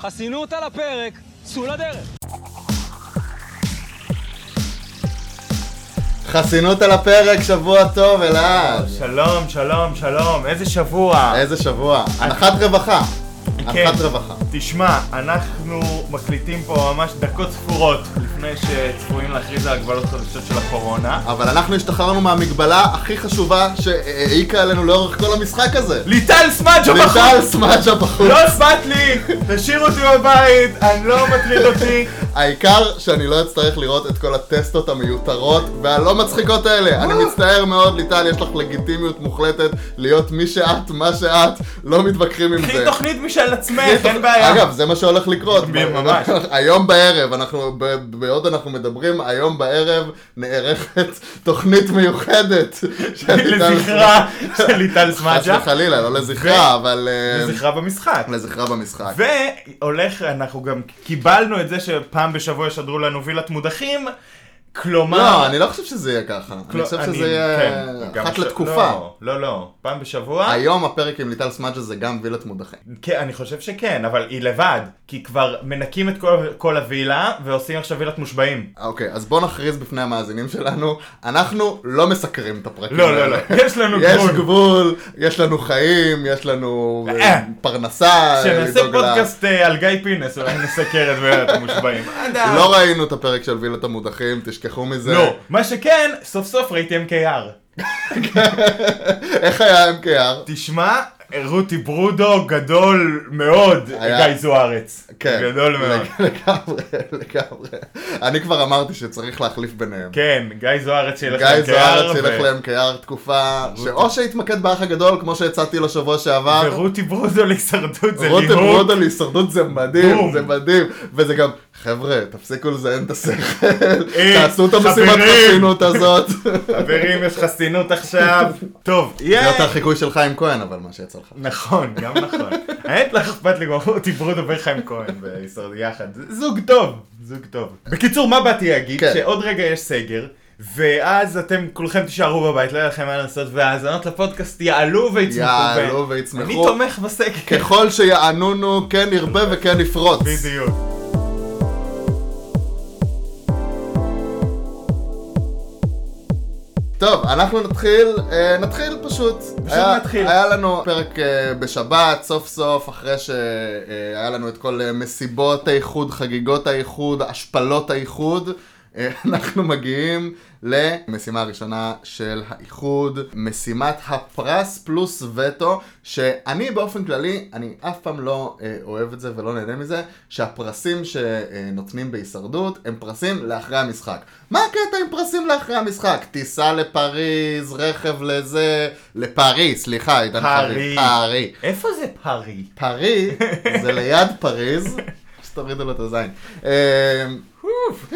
חסינות על הפרק, צאו לדרך. חסינות על הפרק, שבוע טוב, אלעד. שלום, שלום, שלום, איזה שבוע. איזה שבוע. הנחת רווחה. כן. הנחת רווחה. תשמע, אנחנו מקליטים פה ממש דקות ספורות לפני שצפויים להכריז על הגבלות חדשות של הקורונה. אבל אנחנו השתחררנו מהמגבלה הכי חשובה שהעיקה עלינו לאורך כל המשחק הזה. ליטל סמאג'ה ליטל בחוץ! סמאג'ה בחוץ. לא אכפת לי! תשאירו אותי בבית, אני לא מטריד אותי. העיקר שאני לא אצטרך לראות את כל הטסטות המיותרות והלא מצחיקות האלה. אני מצטער מאוד, ליטל, יש לך לגיטימיות מוחלטת להיות מי שאת, מה שאת, לא מתווכחים עם קחי זה. תוכנית משל קחי עצמך, תוכנית. אין בעיה. כן, אגב, זה מה שהולך לקרות. ממש. היום בערב, אנחנו, ב- בעוד אנחנו מדברים, היום בערב נערכת תוכנית מיוחדת. של ליטל- לזכרה של ליטל חס סמאג'ה. וחלילה, לא לזכרה, אבל... אה, לזכרה במשחק. לזכרה במשחק. והולך, אנחנו גם קיבלנו את זה שפעם בשבוע ישדרו לנו וילת מודחים, כלומר... לא, אני לא חושב שזה יהיה ככה. אני חושב לא, אני- שזה יהיה כן, גם אחת ש- לתקופה. לא, לא, לא, פעם בשבוע. היום הפרק עם ליטל סמאג'ה זה גם וילת מודחים. כן, אני חושב שכן, אבל היא לבד, כי כבר מנקים את כל, כל הווילה, ועושים עכשיו וילת מושבעים. אוקיי, אז בואו נכריז בפני המאזינים שלנו, אנחנו לא מסקרים את הפרקים לא, האלה. לא, לא, יש לנו יש גבול. גבול, יש לנו חיים, יש לנו אה, אה. פרנסה. כשנעשה לדאוג לה. פודקאסט אה, על גיא פינס, אולי נסקר את וילת המושבעים. עד אז. לא ראינו את הפרק של וילת המודחים, תשכחו מזה. לא, מה שכן, סוף סוף ראיתי MKR. איך היה MKR? תשמע, רותי ברודו גדול מאוד, היה- גיא זוארץ. כן. גדול מאוד. לג- לגמרי, לגמרי. אני כבר אמרתי שצריך להחליף ביניהם. כן, גיא זוארץ שילך ל-MKR. גיא זוארץ ילך ו- ל-MKR תקופה, שאו שיתמקד באח הגדול, כמו שהצעתי לו שבוע שעבר. ורותי ברודו להישרדות זה רותם ליהוק. רוד על הישרדות זה מדהים, בום. זה מדהים, וזה גם, חבר'ה, תפסיקו לזיין את השכל, אה, תעשו את המשימת חברים. חסינות הזאת. חברים, יש חסינות עכשיו. טוב, זה יהיה. יותר חיקוי של חיים כהן, אבל מה שיצא לך. נכון, גם נכון. האמת לא אכפת לי, כבר דיברו דובר חיים כהן בישראל יחד. זוג טוב, זוג טוב. בקיצור, מה באתי להגיד? כן. שעוד רגע יש סגר. ואז אתם כולכם תישארו בבית, לא יהיה לכם מה לעשות, וההאזנות לפודקאסט יעלו ויצמחו. יעלו ו- ויצמחו. אני תומך בסגר. ככל שיענונו, כן ירבה וכן יפרוץ. בדיוק. טוב, אנחנו נתחיל, אה, נתחיל פשוט. היה- נתחיל. היה לנו פרק אה, בשבת, סוף סוף, אחרי שהיה לנו את כל אה, מסיבות האיחוד, חגיגות האיחוד, השפלות האיחוד. אה, אנחנו מגיעים למשימה הראשונה של האיחוד, משימת הפרס פלוס וטו, שאני באופן כללי, אני אף פעם לא אה, אוהב את זה ולא נהנה מזה, שהפרסים שנותנים בהישרדות הם פרסים לאחרי המשחק. מה הקטע עם פרסים לאחרי המשחק? טיסה לפריז, רכב לזה, לפריז, סליחה, עידן חריף, פארי. פארי. איפה זה פארי? פארי זה ליד פריז, שתורידו לו את הזין. אה, הוף.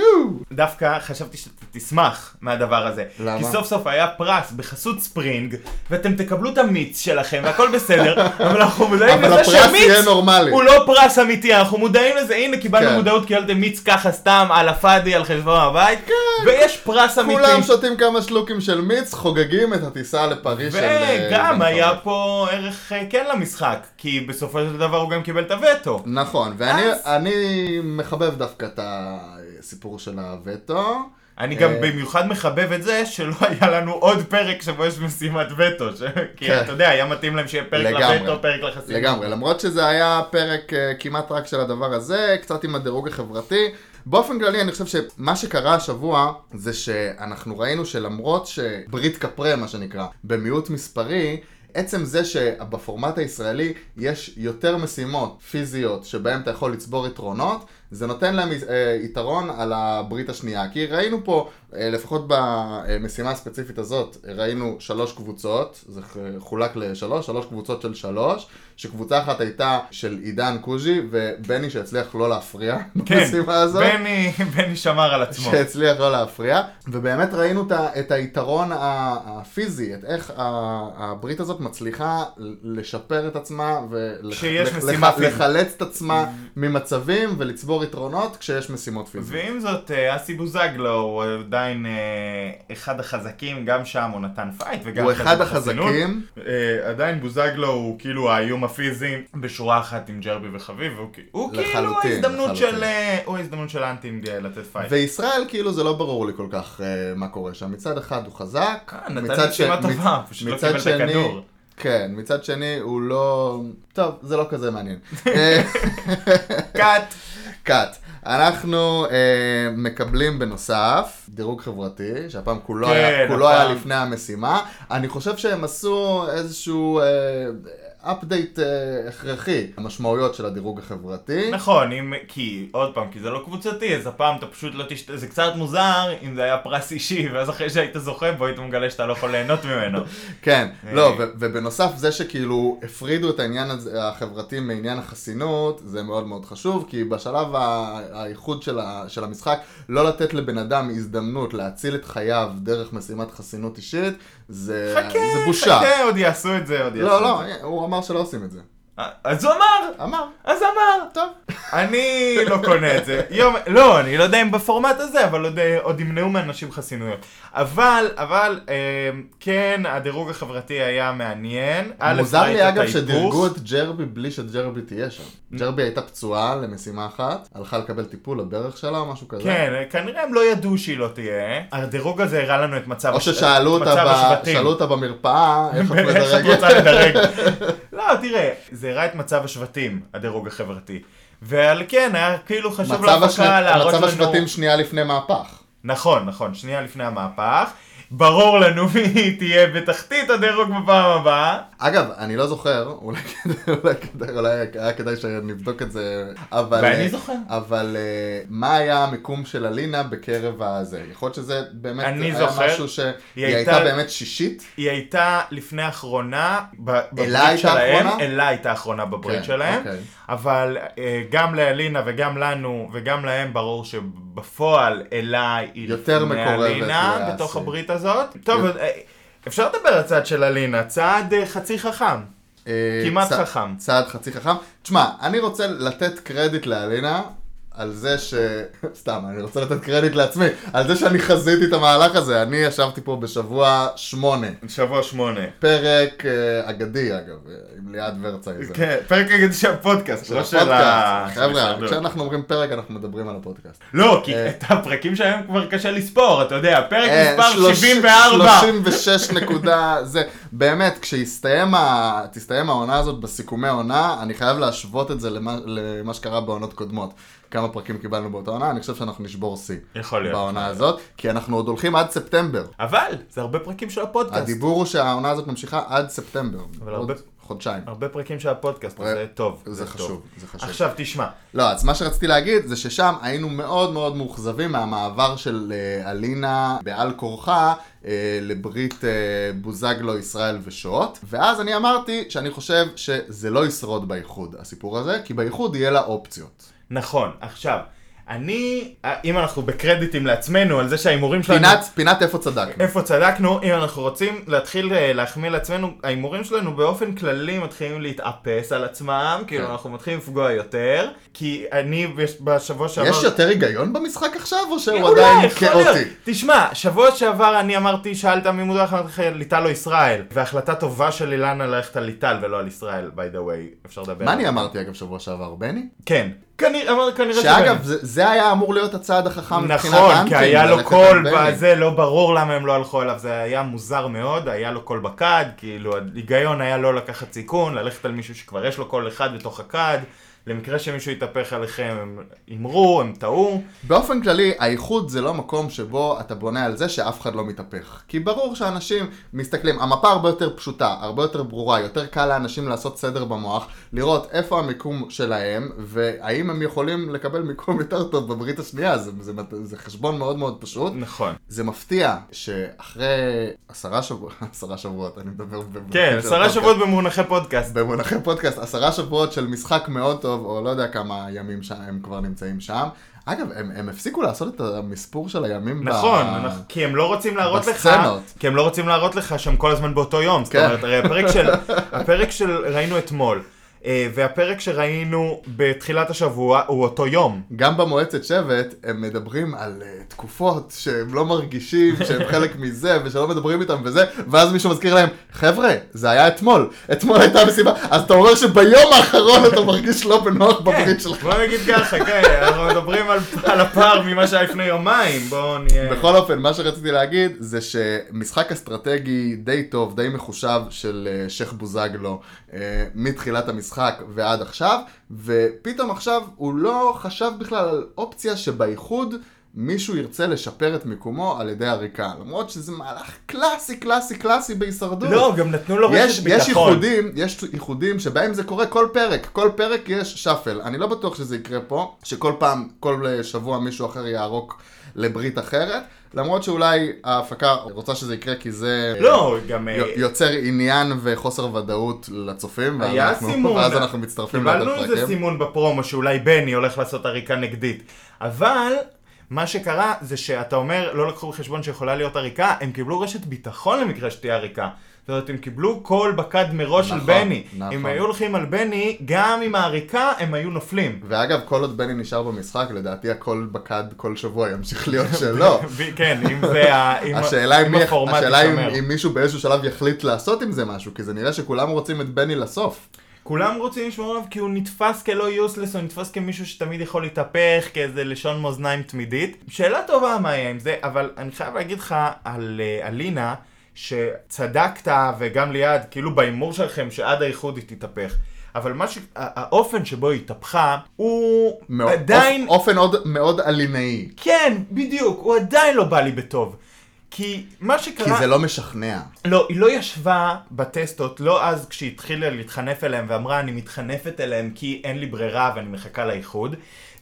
דווקא חשבתי שאתה תשמח מהדבר הזה. למה? כי סוף סוף היה פרס בחסות ספרינג, ואתם תקבלו את המיץ שלכם והכל בסדר, אבל אנחנו מודעים אבל לזה הפרס יהיה שהמיץ נורמלי. הוא לא פרס אמיתי, אנחנו מודעים לזה, הנה קיבלנו כן. מודעות, קיבלתם מיץ ככה סתם על הפאדי על חשבון הבית, ויש פרס אמיתי. כן, כולם שותים כמה שלוקים של מיץ, חוגגים את הטיסה לפריז של... אה, עידן וגם היה חריף. פה ערך אה, כן למשחק, כי בסופו של דבר הוא גם קיבל את הווטו. נכון, ואני אז- אני מחבב דווקא את הסיפור של הווטו. אני גם אה. במיוחד מחבב את זה שלא היה לנו עוד פרק שבו יש משימת וטו, ש- כן. כי אתה יודע, היה מתאים להם שיהיה פרק לגמרי. לווטו, פרק לחסינות. לגמרי, למרות שזה היה פרק אה, כמעט רק של הדבר הזה, קצת עם הדירוג החברתי. באופן כללי, אני חושב שמה שקרה השבוע, זה שאנחנו ראינו שלמרות שברית קפרה, מה שנקרא, במיעוט מספרי, עצם זה שבפורמט הישראלי יש יותר משימות פיזיות שבהן אתה יכול לצבור יתרונות, זה נותן להם אה, יתרון על הברית השנייה. כי ראינו פה, אה, לפחות במשימה הספציפית הזאת, ראינו שלוש קבוצות, זה חולק לשלוש, שלוש קבוצות של שלוש, שקבוצה אחת הייתה של עידן קוז'י ובני שהצליח לא להפריע כן, במשימה הזאת. בני, בני שמר על עצמו. שהצליח לא להפריע, ובאמת ראינו את, ה- את היתרון ה- הפיזי, את איך ה- הברית הזאת מצליחה ל- לשפר את עצמה כשיש משימה פיזית. Mm. ולחלץ את עצמה ממצבים ולצבור לצבור יתרונות כשיש משימות פיזיות. ועם זאת, אה, אסי בוזגלו הוא עדיין אה, אחד החזקים, גם שם הוא נתן פייט וגם הוא אחרי אחד זה בחסינות. החזקים, אה, עדיין בוזגלו הוא כאילו האיום הפיזי בשורה אחת עם ג'רבי וחביב, והוא כ- הוא כאילו לחלוטין, ההזדמנות לחלוטין. של אה, הוא ההזדמנות של האנטים אה, לתת פייט. וישראל כאילו זה לא ברור לי כל כך אה, מה קורה שם. מצד אחד הוא חזק, אה, נתן מצד משימה ש- טובה, מצ- פשוט לא מצד קיבל את שני- הכדור. כן, מצד שני הוא לא... טוב, זה לא כזה מעניין. אה, קאט. קאט. אנחנו אה, מקבלים בנוסף דירוג חברתי, שהפעם כולו, כן, היה, כולו היה הפעם. לפני המשימה. אני חושב שהם עשו איזשהו אה, update אה, הכרחי, המשמעויות של הדירוג החברתי. נכון, אם, כי, עוד פעם, כי זה לא קבוצתי, אז הפעם אתה פשוט לא תשת... זה קצת מוזר אם זה היה פרס אישי, ואז אחרי שהיית זוכה בו היית מגלה שאתה לא יכול ליהנות ממנו. כן, אה. לא, ו- ובנוסף זה שכאילו הפרידו את העניין הזה- החברתי מעניין החסינות, זה מאוד מאוד חשוב, כי בשלב ה- האיחוד של, ה- של המשחק, לא לתת לבן אדם הזדמנות להציל את חייו דרך משימת חסינות אישית, זה, חכה, זה בושה. חכה, עוד יעשו את זה, עוד יעשו לא, את לא, זה. הוא אמר שלא עושים את זה. אה, אז הוא אמר, אמר, אז אמר. טוב. אני לא קונה את זה. יום, לא, אני לא יודע אם בפורמט הזה, אבל עוד, אה, עוד ימנעו מאנשים חסינויות. אבל, אבל, אה, כן, הדירוג החברתי היה מעניין. א', מוזר ראית לי את Mm. אגב ההיפוך. שדירגו את ג'רבי בלי שג'רבי תהיה שם. ג'רבי הייתה פצועה למשימה אחת, הלכה לקבל טיפול לברך שלה או משהו כזה. כן, כנראה הם לא ידעו שהיא לא תהיה. הדירוג הזה הראה לנו את מצב או הש- ששאלו את אותה, מצב ב... השבטים. שאלו אותה במרפאה, איך את איך את מדרגת? רוצה לדרג? לא, תראה, זה הראה את מצב השבטים, הדירוג החברתי. ועל כן, היה כאילו חשוב מצב השנ- להפקה להראות מצב לנו... השבטים שנייה לפני מהפך. נכון, נכון, שנייה לפני המהפך. ברור לנו מי תהיה בתחתית הדירוג בפעם הבאה. אגב, אני לא זוכר, אולי כדאי- אולי כדאי- אולי היה כדאי שנבדוק את זה, אבל... ואני אה, זוכר. אבל אה, מה היה המיקום של אלינה בקרב הזה? יכול להיות שזה באמת אני היה זוכר. משהו שהיא היא הייתה... הייתה- באמת שישית? היא הייתה לפני האחרונה ב- בברית אלה הייתה שלהם. האחרונה? אלה הייתה האחרונה בברית כן, שלהם. אוקיי. אבל אה, גם לאלינה וגם לנו וגם להם ברור שבפועל אלה היא יותר מקורבת אלינה לאסי. בתוך הברית הזאת. טוב, אה, אפשר לדבר על צעד של אלינה, צעד אה, חצי חכם. אה, כמעט צ- חכם. צעד חצי חכם. תשמע, אני רוצה לתת קרדיט לאלינה. על זה ש... סתם, אני רוצה לתת קרדיט לעצמי, על זה שאני חזיתי את המהלך הזה. אני ישבתי פה בשבוע שמונה. שבוע שמונה. פרק אה, אגדי, אגב, אה, עם ליעד ורצייזר. כן, פרק נגיד של הפודקאסט, לא של ה... של חבר'ה, ההישרדות. כשאנחנו אומרים פרק, אנחנו מדברים על הפודקאסט. לא, כי את הפרקים שלהם כבר קשה לספור, אתה יודע, פרק אה, מספר שלוש- 74. 36 נקודה, זה, באמת, כשתסתיים ה- תסתיים העונה הזאת בסיכומי העונה, אני חייב להשוות את זה למה- למה שקרה בעונות קודמות. כמה פרקים קיבלנו באותה עונה, אני חושב שאנחנו נשבור שיא. יכול להיות. בעונה הזאת, כי אנחנו עוד הולכים עד ספטמבר. אבל, זה הרבה פרקים של הפודקאסט. הדיבור הוא שהעונה הזאת ממשיכה עד ספטמבר. אבל עוד הרבה- חודשיים. הרבה פרקים של הפודקאסט, אז זה טוב. אה, זה טוב. חשוב, זה חשוב. עכשיו תשמע, לא, אז מה שרציתי להגיד זה ששם היינו מאוד מאוד מאוכזבים מהמעבר של אה, אלינה בעל כורחה אה, לברית אה, בוזגלו, ישראל ושוט. ואז אני אמרתי שאני חושב שזה לא ישרוד באיחוד, הסיפור הזה, כי באיחוד יהיה לה אופציות. נכון, עכשיו, אני, אה, אם אנחנו בקרדיטים לעצמנו על זה שההימורים שלנו... פינת, פינת איפה צדקנו. איפה צדקנו, אם אנחנו רוצים להתחיל אה, להחמיא לעצמנו, ההימורים שלנו באופן כללי מתחילים להתאפס על עצמם, כן. כאילו אנחנו מתחילים לפגוע יותר, כי אני בש- בשבוע שעבר... יש יותר היגיון במשחק עכשיו, או שהוא אה, אולי, עדיין לא, יכול להיות. כאוטי? תשמע, שבוע שעבר אני אמרתי, שאלת מי מודח, אמרתי לך ליטל או ישראל, והחלטה טובה של אילנה ללכת על ליטל ולא על ישראל, by the way, אפשר לדבר. מה על אני זה. אמרתי אגב שבוע שעבר, בני? כן. כנראה, אמר- כנראה שבאמת. שאגב, זה זה היה אמור להיות הצעד החכם מבחינת נכון, האנטים, כי היה לו ללכת קול על בני. בזה, לא ברור למה הם לא הלכו עליו, זה היה מוזר מאוד, היה לו קול בכד, כאילו ההיגיון היה לא לקחת סיכון, ללכת על מישהו שכבר יש לו קול אחד בתוך הכד, למקרה שמישהו יתהפך עליכם, הם הימרו, הם טעו. באופן כללי, האיחוד זה לא מקום שבו אתה בונה על זה שאף אחד לא מתהפך. כי ברור שאנשים מסתכלים, המפה הרבה יותר פשוטה, הרבה יותר ברורה, יותר קל לאנשים לעשות סדר במוח, לראות איפה המיקום שלהם, והאם הם יכולים לקבל מיקום יותר טוב בברית השנייה, זה, זה, זה חשבון מאוד מאוד פשוט. נכון. זה מפתיע שאחרי עשרה שבועות, עשרה שבועות, אני מדבר במונחים כן, של עשרה פודקאסט. שבועות במונחי פודקאסט. במונחי פודקאסט, עשרה שבועות של משחק מאוד טוב, או לא יודע כמה ימים שם, הם כבר נמצאים שם. אגב, הם, הם הפסיקו לעשות את המספור של הימים נכון, ב... אנחנו- כי הם לא רוצים להראות לך, בסצנות. כי הם לא רוצים להראות לך שהם כל הזמן באותו יום, זאת כן. אומרת, הרי הפרק של, הפרק של, ראינו אתמול, אה, והפרק שראינו בתחילת השבוע הוא אותו יום. גם במועצת שבט הם מדברים על אה, תקופות שהם לא מרגישים שהם חלק מזה ושלא מדברים איתם וזה ואז מישהו מזכיר להם חבר'ה זה היה אתמול אתמול הייתה מסיבה אז אתה אומר שביום האחרון אתה מרגיש לא כן, בנוח בברית שלך. בוא נגיד ככה, כן, אנחנו מדברים על, על הפער ממה שהיה לפני יומיים, בואו נהיה... בכל אופן, מה שרציתי להגיד זה שמשחק אסטרטגי די טוב, די מחושב של אה, שייח' בוזגלו אה, מתחילת המשחק ועד עכשיו, ופתאום עכשיו הוא לא חשב בכלל על אופציה שבאיחוד מישהו ירצה לשפר את מיקומו על ידי עריקה, למרות שזה מהלך קלאסי קלאסי קלאסי בהישרדות. לא, גם נתנו לו נכון. יש, רשת ביטחון. יש ייחודים, יש ייחודים שבהם זה קורה כל פרק, כל פרק יש שאפל. אני לא בטוח שזה יקרה פה, שכל פעם, כל אה, שבוע מישהו אחר יערוק לברית אחרת, למרות שאולי ההפקה רוצה שזה יקרה כי זה... לא, גם... אה, י- יוצר עניין וחוסר ודאות לצופים, ואז היה אנחנו- סימון. ואז אנחנו מצטרפים קיבלנו לדעת איזה פרקים. סימון בפרומו שאולי בני הולך לעשות עריקה נגדית. אבל מה שקרה זה שאתה אומר, לא לקחו בחשבון שיכולה להיות עריקה, הם קיבלו רשת ביטחון למקרה שתהיה עריקה. זאת אומרת, הם קיבלו כל בקד מראש של נכון, בני. נכון. אם היו הולכים על בני, גם עם העריקה הם היו נופלים. ואגב, כל עוד בני נשאר במשחק, לדעתי הכל בקד כל שבוע ימשיך להיות שלו. ו- כן, אם זה ה... אם ה- לא. השאלה אם אם מי- הפורמט השאלה אם- יישמר. אם מישהו באיזשהו שלב יחליט לעשות עם זה משהו, כי זה נראה שכולם רוצים את בני לסוף. כולם רוצים לשמור עליו כי הוא נתפס כלא יוסלס, הוא נתפס כמישהו שתמיד יכול להתהפך, כאיזה לשון מאזניים תמידית. שאלה טובה מה יהיה עם זה, אבל אני חייב להגיד לך על אה, אלינה, שצדקת וגם ליעד, כאילו בהימור שלכם שעד האיחוד היא תתהפך. אבל מה ש... הא- האופן שבו היא התהפכה, הוא מאוד- עדיין... אופ- אופן עוד מאוד אלינאי. כן, בדיוק, הוא עדיין לא בא לי בטוב. כי מה שקרה... כי זה לא משכנע. לא, היא לא ישבה בטסטות, לא אז כשהיא התחילה להתחנף אליהם ואמרה אני מתחנפת אליהם כי אין לי ברירה ואני מחכה לאיחוד.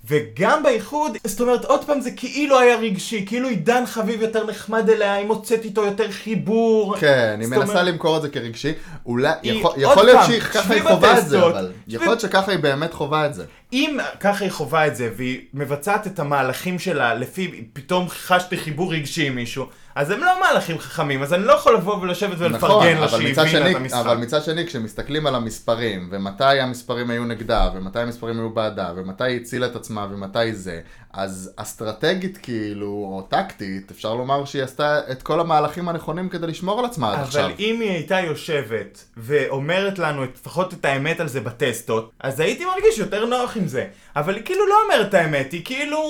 וגם באיחוד, זאת אומרת, עוד פעם זה כאילו היה רגשי, כאילו עידן חביב יותר נחמד אליה, היא מוצאת איתו יותר חיבור. כן, היא זאת מנסה למכור את זה כרגשי. אולי, היא- יכול- עוד יכול להיות פעם, שהיא ככה היא שבי חווה את זה, בטסטות. אבל. שבי- יכול להיות שככה היא באמת חווה את זה. אם ככה היא חווה את זה, והיא מבצעת את המהלכים שלה לפי פתאום חשתי חיבור רגשי עם מישהו, אז הם לא מהלכים חכמים, אז אני לא יכול לבוא ולשבת נכון, ולפרגן לה אבל שהיא מצד הבינה את שני- המשחק. אבל מצד שני, כשמסתכלים על המספרים, ומתי המספרים היו נגדה, ומתי המספרים היו בעדה, ומתי היא הצילה את עצמה, ומתי זה, אז אסטרטגית כאילו, או טקטית, אפשר לומר שהיא עשתה את כל המהלכים הנכונים כדי לשמור על עצמה עד עכשיו. אבל אם היא הייתה יושבת ואומרת לנו את- לפחות את האמת על זה בטסטות, אז הייתי מרגיש יותר נוח עם זה. אבל היא כאילו לא אומרת את האמת, היא כאילו...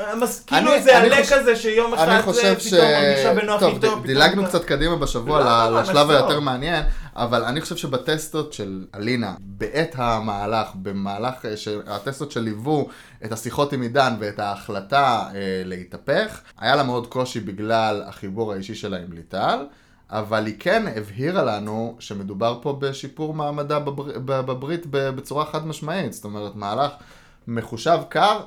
אה, מס- אני- כאילו איזה אני עלה חושב- כזה שיום אחד אני זה חושב ש... פתאום מרגישה בנוח טוב, איתו. ד- פתאום- דילגנו קצת קדימה בשבוע לא, ל- לא, לשלב ממש לא. היותר מעניין, אבל אני חושב שבטסטות של אלינה, בעת המהלך, במהלך אה, שהטסטות שליוו את השיחות עם עידן ואת ההחלטה אה, להתהפך, היה לה מאוד קושי בגלל החיבור האישי שלה עם ליטל. אבל היא כן הבהירה לנו שמדובר פה בשיפור מעמדה בבר... ב- בברית ב- בצורה חד משמעית. זאת אומרת, מהלך מחושב קר,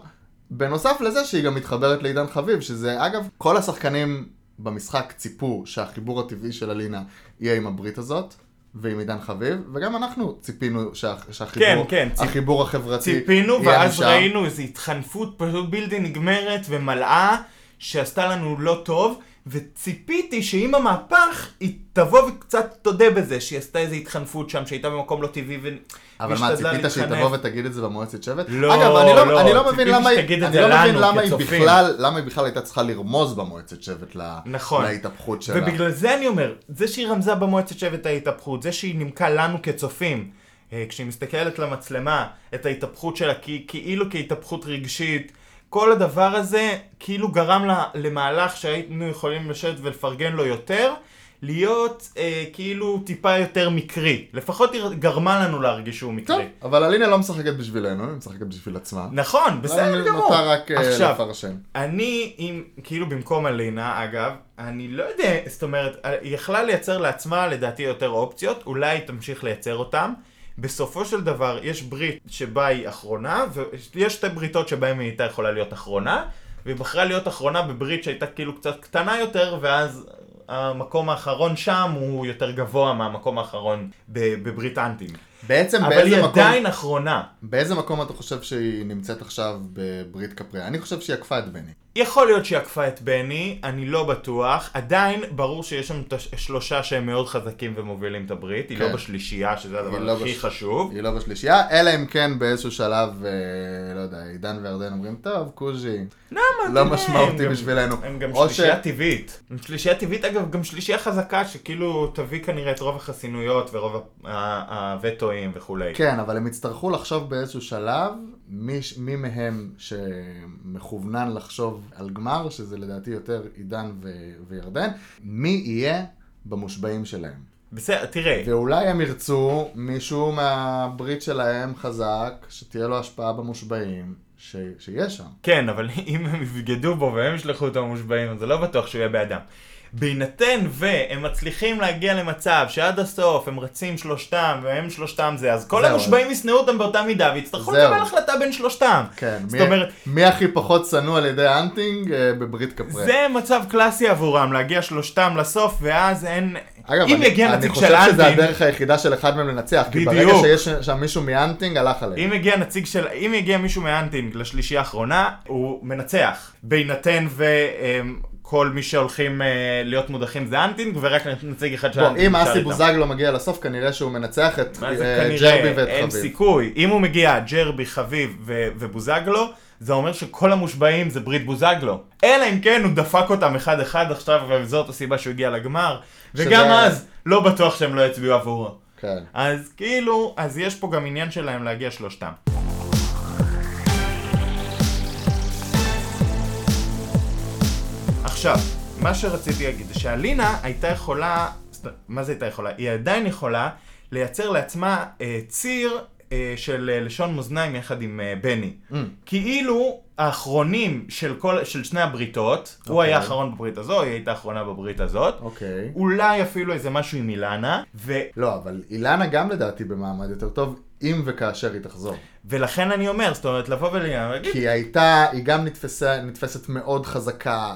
בנוסף לזה שהיא גם מתחברת לעידן חביב, שזה אגב, כל השחקנים במשחק ציפו שהחיבור הטבעי של אלינה יהיה עם הברית הזאת. ועם עידן חביב, וגם אנחנו ציפינו שה, שהחיבור כן, כן, ציפ- החיבור החברתי ציפינו, יהיה ואז משם. ראינו איזו התחנפות פשוט בלתי נגמרת ומלאה, שעשתה לנו לא טוב, וציפיתי שעם המהפך היא תבוא וקצת תודה בזה, שהיא עשתה איזו התחנפות שם, שהייתה במקום לא טבעי ו... אבל מה, והשתדלה ציפית שהיא להתחנף. תבוא ותגיד את זה במועצת שבט? לא, אגב, אני לא, לא, אני לא ציפיתי מבין למה, שתגיד את היא- אני זה לא מבין לנו, למה היא כצופים. בכלל, למה היא בכלל הייתה צריכה לרמוז במועצת שבט ל... נכון. להתהפכות שלה. ובגלל זה אני אומר, זה שהיא רמזה במועצת שבט ההתהפכות, זה שהיא נימקה לנו כצופים, אה, כשהיא מסתכלת למצלמה, את ההתהפכות שלה כי- כאילו כהתהפכות רגשית, כל הדבר הזה כאילו גרם לה, למהלך שהיינו יכולים לשבת ולפרגן לו יותר, להיות אה, כאילו טיפה יותר מקרי. לפחות היא גרמה לנו להרגיש שהוא מקרי. טוב, אבל אלינה לא משחקת בשבילנו, היא משחקת בשביל עצמה. נכון, בסדר גמור. נותר רק אה, עכשיו, לפרשן. אני, אם, כאילו במקום אלינה, אגב, אני לא יודע, זאת אומרת, אה, היא יכלה לייצר לעצמה לדעתי יותר אופציות, אולי היא תמשיך לייצר אותן. בסופו של דבר, יש ברית שבה היא אחרונה, ויש שתי בריתות שבהן היא הייתה יכולה להיות אחרונה, והיא בחרה להיות אחרונה בברית שהייתה כאילו קצת קטנה יותר, ואז המקום האחרון שם הוא יותר גבוה מהמקום האחרון ב- בברית אנטים. בעצם אבל כן, באיזה היא מקום... עדיין אחרונה. באיזה מקום אתה חושב שהיא נמצאת עכשיו בברית קפרי? אני חושב שהיא עקפה את בני. יכול להיות שהיא עקפה את בני, אני לא בטוח. עדיין ברור שיש שם את הש- שלושה שהם מאוד חזקים ומובילים את הברית. היא כן. לא בשלישייה, שזה הדבר היא לא הכי בש- חשוב. היא לא בשלישייה, אלא אם כן באיזשהו שלב, אה, לא יודע, עידן וירדן אומרים, טוב, קוז'י, לא אתה יודע, משמעותי הם גם- בשבילנו. הם גם או שלישייה ש- טבעית. הם שלישייה טבעית, אגב, גם שלישייה חזקה, שכאילו תביא כנראה את רוב החסינויות ורוב ה- ה- הווטואים וכולי. כן, אבל הם יצטרכו לחשוב באיזשהו שלב, מי, ש- מי מהם שמכוונן לחשוב על גמר, שזה לדעתי יותר עידן ו, וירדן, מי יהיה במושבעים שלהם. בסדר, תראה. ואולי הם ירצו מישהו מהברית שלהם חזק, שתהיה לו השפעה במושבעים, ש, שיש שם. כן, אבל אם הם יבגדו בו והם ישלחו אותו למושבעים, אז זה לא בטוח שהוא יהיה באדם. בהינתן והם מצליחים להגיע למצב שעד הסוף הם רצים שלושתם והם שלושתם זה, אז כל זהו. המושבעים ישנאו אותם באותה מידה ויצטרכו זהו. לקבל החלטה בין שלושתם. כן, זאת מי, אומרת, מי הכי פחות שנוא על ידי האנטינג אה, בברית קפרי. זה מצב קלאסי עבורם, להגיע שלושתם לסוף ואז אין... אגב, אם אני, יגיע אני נציג חושב שזה של אנטינג, הדרך היחידה של אחד מהם לנצח, כי ברגע בדיוק. שיש שם מישהו מאנטינג, הלך עליהם. אם יגיע נציג של... אם יגיע מישהו מאנטינג לשלישייה האחרונה, הוא מנצח. בהינתן ו... אמ, כל מי שהולכים אה, להיות מודחים זה אנטינג, ורק נציג אחד של בוא, אנטינג אם נשאר אסי איתם. בוזגלו לא מגיע לסוף, כנראה שהוא מנצח את מה זה אה, ג'רבי כנראה, ואת אין חביב. סיכוי. אם הוא מגיע ג'רבי, חביב ו- ובוזגלו, זה אומר שכל המושבעים זה ברית בוזגלו. אלא אם כן הוא דפק אותם אחד-אחד עכשיו, וזאת הסיבה שהוא הגיע לגמר. שזה- וגם אז, לא בטוח שהם לא יצביעו עבורו. כן. אז כאילו, אז יש פה גם עניין שלהם להגיע שלושתם. עכשיו, מה שרציתי להגיד זה שאלינה הייתה יכולה, מה זה הייתה יכולה? היא עדיין יכולה לייצר לעצמה אה, ציר אה, של אה, לשון מאזניים יחד עם אה, בני. Mm. כאילו האחרונים של, כל, של שני הבריתות, okay. הוא אוקיי. היה האחרון בברית הזו, היא הייתה האחרונה בברית הזאת. אוקיי. אולי אפילו איזה משהו עם אילנה, ו... לא, אבל אילנה גם לדעתי במעמד יותר טוב, אם וכאשר היא תחזור. ולכן אני אומר, זאת אומרת, לבוא ולהגיד, כי היא הייתה, היא גם נתפסה, נתפסת מאוד חזקה.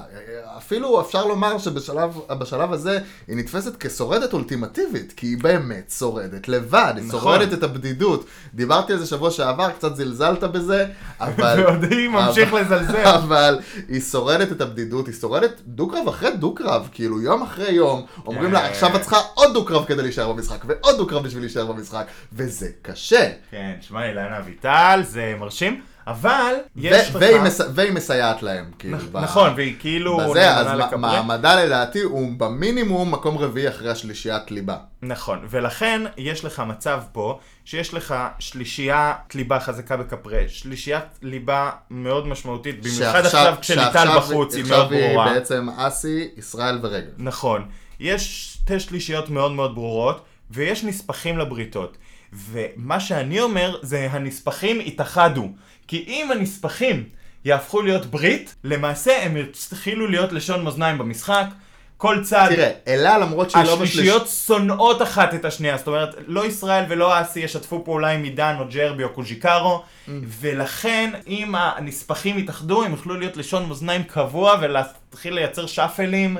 אפילו אפשר לומר שבשלב בשלב הזה היא נתפסת כשורדת אולטימטיבית, כי היא באמת שורדת לבד, היא נכון. שורדת את הבדידות. דיברתי על זה שבוע שעבר, קצת זלזלת בזה, אבל... ועוד היא ממשיך אבל- לזלזל. אבל היא שורדת את הבדידות, היא שורדת דו-קרב אחרי דו-קרב, כאילו יום אחרי יום, אומרים לה, כן. עכשיו את צריכה עוד דו-קרב כדי להישאר במשחק, ועוד דו-קרב בשביל להישאר במשחק, וזה קשה. כן, שמע, אילנה אביטל, זה מרשים, אבל יש ו- לך... והיא מס- והיא מסייעת להם, כאילו. ב- נכון, והיא כאילו... בזה, נאמנה אז מע- לקפרי. מעמדה לדעתי הוא במינימום מקום רביעי אחרי השלישיית ליבה. נכון, ולכן יש לך מצב פה, שיש לך שלישיית ליבה חזקה בקפרי, שלישיית ליבה מאוד משמעותית, במיוחד שעכשיו- עכשיו כשליטל שעכשיו- בחוץ היא מאוד עכשיו ברורה. היא בעצם אסי, ישראל ורגל. נכון. יש שתי שלישיות מאוד מאוד ברורות, ויש נספחים לבריתות. ומה שאני אומר זה הנספחים התאחדו. כי אם הנספחים יהפכו להיות ברית, למעשה הם יתחילו להיות לשון מאזניים במשחק. כל צד, תראה, אלה למרות שהיא לא בשלישייה... השלישיות שונאות אחת את השנייה. זאת אומרת, לא ישראל ולא אסי ישתפו פעולה עם עידן או ג'רבי או קוז'יקרו. Mm. ולכן, אם הנספחים יתאחדו, הם יוכלו להיות לשון מאזניים קבוע ולהתחיל לייצר שאפלים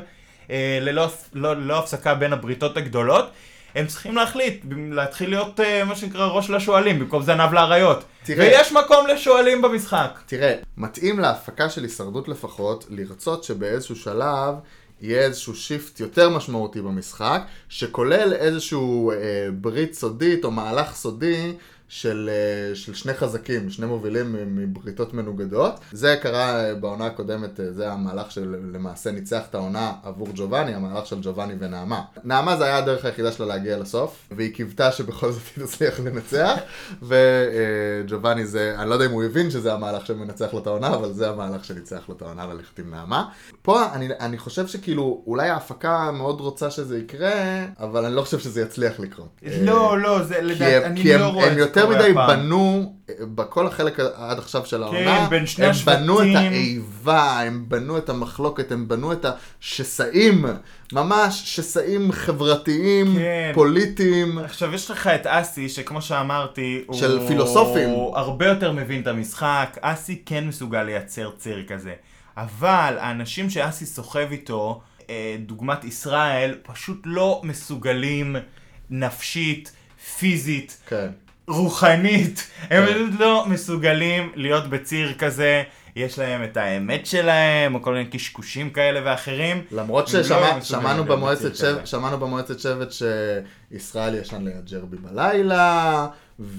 אה, ללא לא, לא הפסקה בין הבריתות הגדולות. הם צריכים להחליט, ב- להתחיל להיות אה, מה שנקרא ראש לשועלים במקום זנב לאריות. תראה. ויש מקום לשועלים במשחק. תראה, מתאים להפקה של הישרדות לפחות, לרצות שבאיזשהו שלב יהיה איזשהו שיפט יותר משמעותי במשחק, שכולל איזשהו אה, ברית סודית או מהלך סודי של, אה, של שני חזקים, שני מובילים מ- מבריתות מנוגדות. זה קרה אה, בעונה הקודמת, אה, זה המהלך שלמעשה ניצח את העונה עבור ג'ובאני, המהלך של ג'ובאני ונעמה. נעמה זה היה הדרך היחידה שלה להגיע לסוף, והיא קיוותה שבכל זאת היא תצליח לנצח, וג'ובאני זה, אני לא יודע אם הוא הבין שזה המהלך שמנצח לו את העונה, אבל זה המהלך שניצח לו את העונה ללכת עם נעמה. פה אני, אני חושב שכאילו, אולי ההפקה מאוד רוצה שזה יקרה, אבל אני לא חושב שזה יצליח לקרות. לא, לא, זה אה, כי לדעת, הם, אני כי הם, לא רואה את הם זה יותר קורה מדי הפעם. כן, בנו, אה, בכל החלק עד עכשיו של העונה, בין שני הם בנו את השבטים. האיבה, הם בנו את המחלוקת, הם בנו את השסעים, ממש שסעים חברתיים, כן. פוליטיים. עכשיו יש לך את אסי, שכמו שאמרתי, הוא... של פילוסופים. הוא הרבה יותר מבין את המשחק. אסי כן מסוגל לייצר ציר כזה. אבל האנשים שאסי סוחב איתו, אה, דוגמת ישראל, פשוט לא מסוגלים נפשית, פיזית, כן. רוחנית, הם כן. פשוט לא מסוגלים להיות בציר כזה, יש להם את האמת שלהם, או כל מיני קשקושים כאלה ואחרים. למרות הם לא מסוגלים ששמענו להיות במועצת בציר שבט, כזה. שמענו במועצת שבט שישראל ישן ליד ג'רבי בלילה,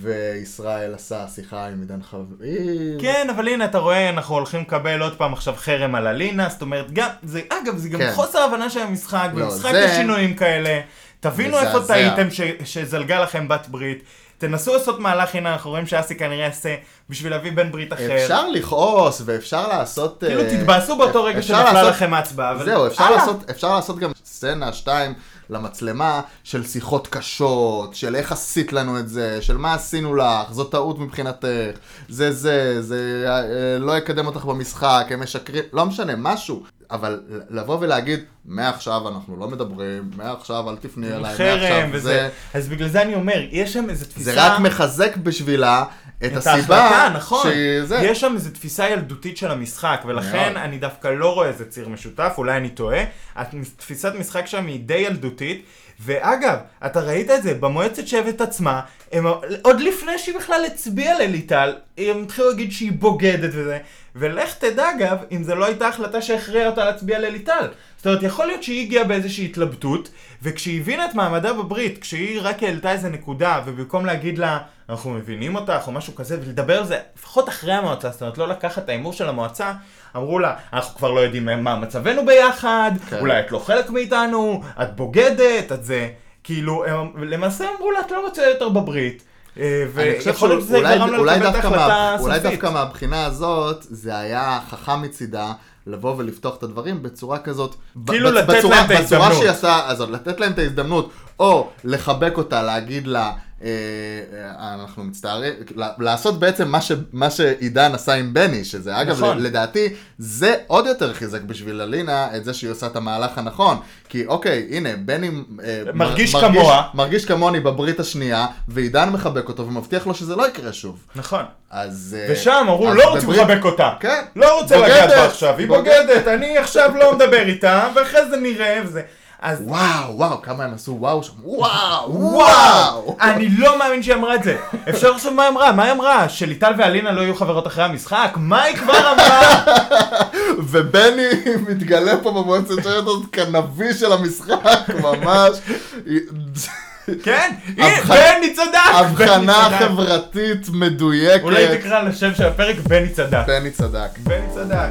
וישראל עשה שיחה עם עידן חביב. כן, אבל הנה, אתה רואה, אנחנו הולכים לקבל עוד פעם עכשיו חרם על הלינה, זאת אומרת, גם, זה, אגב, זה גם כן. חוסר הבנה של המשחק, לא, במשחק זה- יש שינויים כאלה, תבינו איפה מזעזע. טעיתם ש- שזלגה לכם בת ברית, תנסו לעשות מהלך, הנה, אנחנו רואים שאסי כנראה יעשה בשביל להביא בן ברית אחר. אפשר לכעוס, ואפשר לעשות... כאילו אה, תתבאסו באותו רגע אפשר שנפלה לעשות- לכם ההצבעה, אבל... זהו, אפשר הלאה. לעשות, אפשר לעשות גם סצנה, שתיים, למצלמה של שיחות קשות, של איך עשית לנו את זה, של מה עשינו לך, זו טעות מבחינתך, זה זה, זה אה, אה, לא יקדם אותך במשחק, הם משקרים, לא משנה, משהו. אבל לבוא ולהגיד, מעכשיו אנחנו לא מדברים, מעכשיו אל תפני אליי, חרם מעכשיו וזה. זה, אז בגלל זה אני אומר, יש שם איזו תפיסה... זה רק מחזק בשבילה את, את הסיבה, ההחלטה, נכון. שהיא זה. יש שם איזו תפיסה ילדותית של המשחק, ולכן מאוד. אני דווקא לא רואה איזה ציר משותף, אולי אני טועה. הת- תפיסת משחק שם היא די ילדותית, ואגב, אתה ראית את זה במועצת שבט עצמה, הם, עוד לפני שהיא בכלל הצביעה לליטל, הם התחילו להגיד שהיא בוגדת וזה, ולך תדע אגב, אם זו לא הייתה החלטה שהכריעה אותה להצביע לליטל. זאת אומרת, יכול להיות שהיא הגיעה באיזושהי התלבטות, וכשהיא הבינה את מעמדה בברית, כשהיא רק העלתה איזה נקודה, ובמקום להגיד לה, אנחנו מבינים אותך, או משהו כזה, ולדבר על זה, לפחות אחרי המועצה, זאת אומרת, לא לקחת את ההימור של המועצה, אמרו לה, אנחנו כבר לא יודעים מה מצבנו ביחד, כן. אולי את לא חלק מאיתנו, את בוגדת, את זה. כאילו, הם, למעשה אמרו לה, את לא רוצה יותר בברית. אה, אני חושב ויכול להיות שזה שאולי- גרם לה אולי לקבל את דווקא ההחלטה מה- אולי הסופית. דווקא מהבחינה הזאת, זה היה חכם מצידה. לבוא ולפתוח את הדברים בצורה כזאת, ב- כאילו בצ- לתת בצורה- להם את בצורה ההזדמנות. שהיא עשה, אז עוד לתת להם את ההזדמנות, או לחבק אותה, להגיד לה, אה, אה, אנחנו מצטערים, ל- לעשות בעצם מה ש- מה שעידן עשה עם בני, שזה אגב, נכון. ל- לדעתי, זה עוד יותר חיזק בשביל אלינה את זה שהיא עושה את המהלך הנכון, כי אוקיי, הנה, בני אה, מרגיש מ- כמוה. מרגיש כמוני בברית השנייה, ועידן מחבק אותו ומבטיח לו שזה לא יקרה שוב. נכון. אז... אה, ושם אמרו, אז לא רוצים בברית- לחבק אותה. כן. לא רוצה בוגדת. לגעת בה עכשיו, היא בוגדת. בוגדת, אני עכשיו לא מדבר איתה, ואחרי זה נראה וזה. אז וואו, וואו, כמה הם עשו וואו שם, וואו, וואו. וואו! אני לא מאמין שהיא אמרה את זה. אפשר לחשוב מה היא אמרה, מה היא אמרה? שליטל ואלינה לא יהיו חברות אחרי המשחק? מה היא כבר אמרה? ובני מתגלה פה במועצת שבת הזאת כנביא של המשחק, ממש. כן? הנה, הבחנה- בני צדק! הבחנה בני צדק. חברתית מדויקת. אולי תקרא לשם של הפרק בני צדק. בני צדק. בני צדק.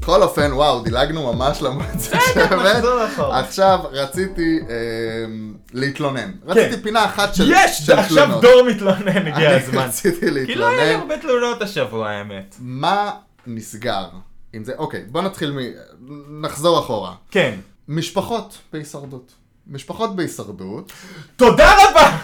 בכל אופן, וואו, דילגנו ממש למועצת שבת. נחזור אחורה. עכשיו, רציתי אמ, להתלונן. רציתי פינה אחת של כן. יש! של עכשיו תלונות. דור מתלונן, הגיע אני הזמן. רציתי כי לא היה לי להתלונן. הרבה תלונות השבוע, האמת. מה נסגר עם זה? אוקיי, בוא נתחיל מ... נחזור אחורה. כן. משפחות בהישרדות. משפחות בהישרדות, תודה רבה!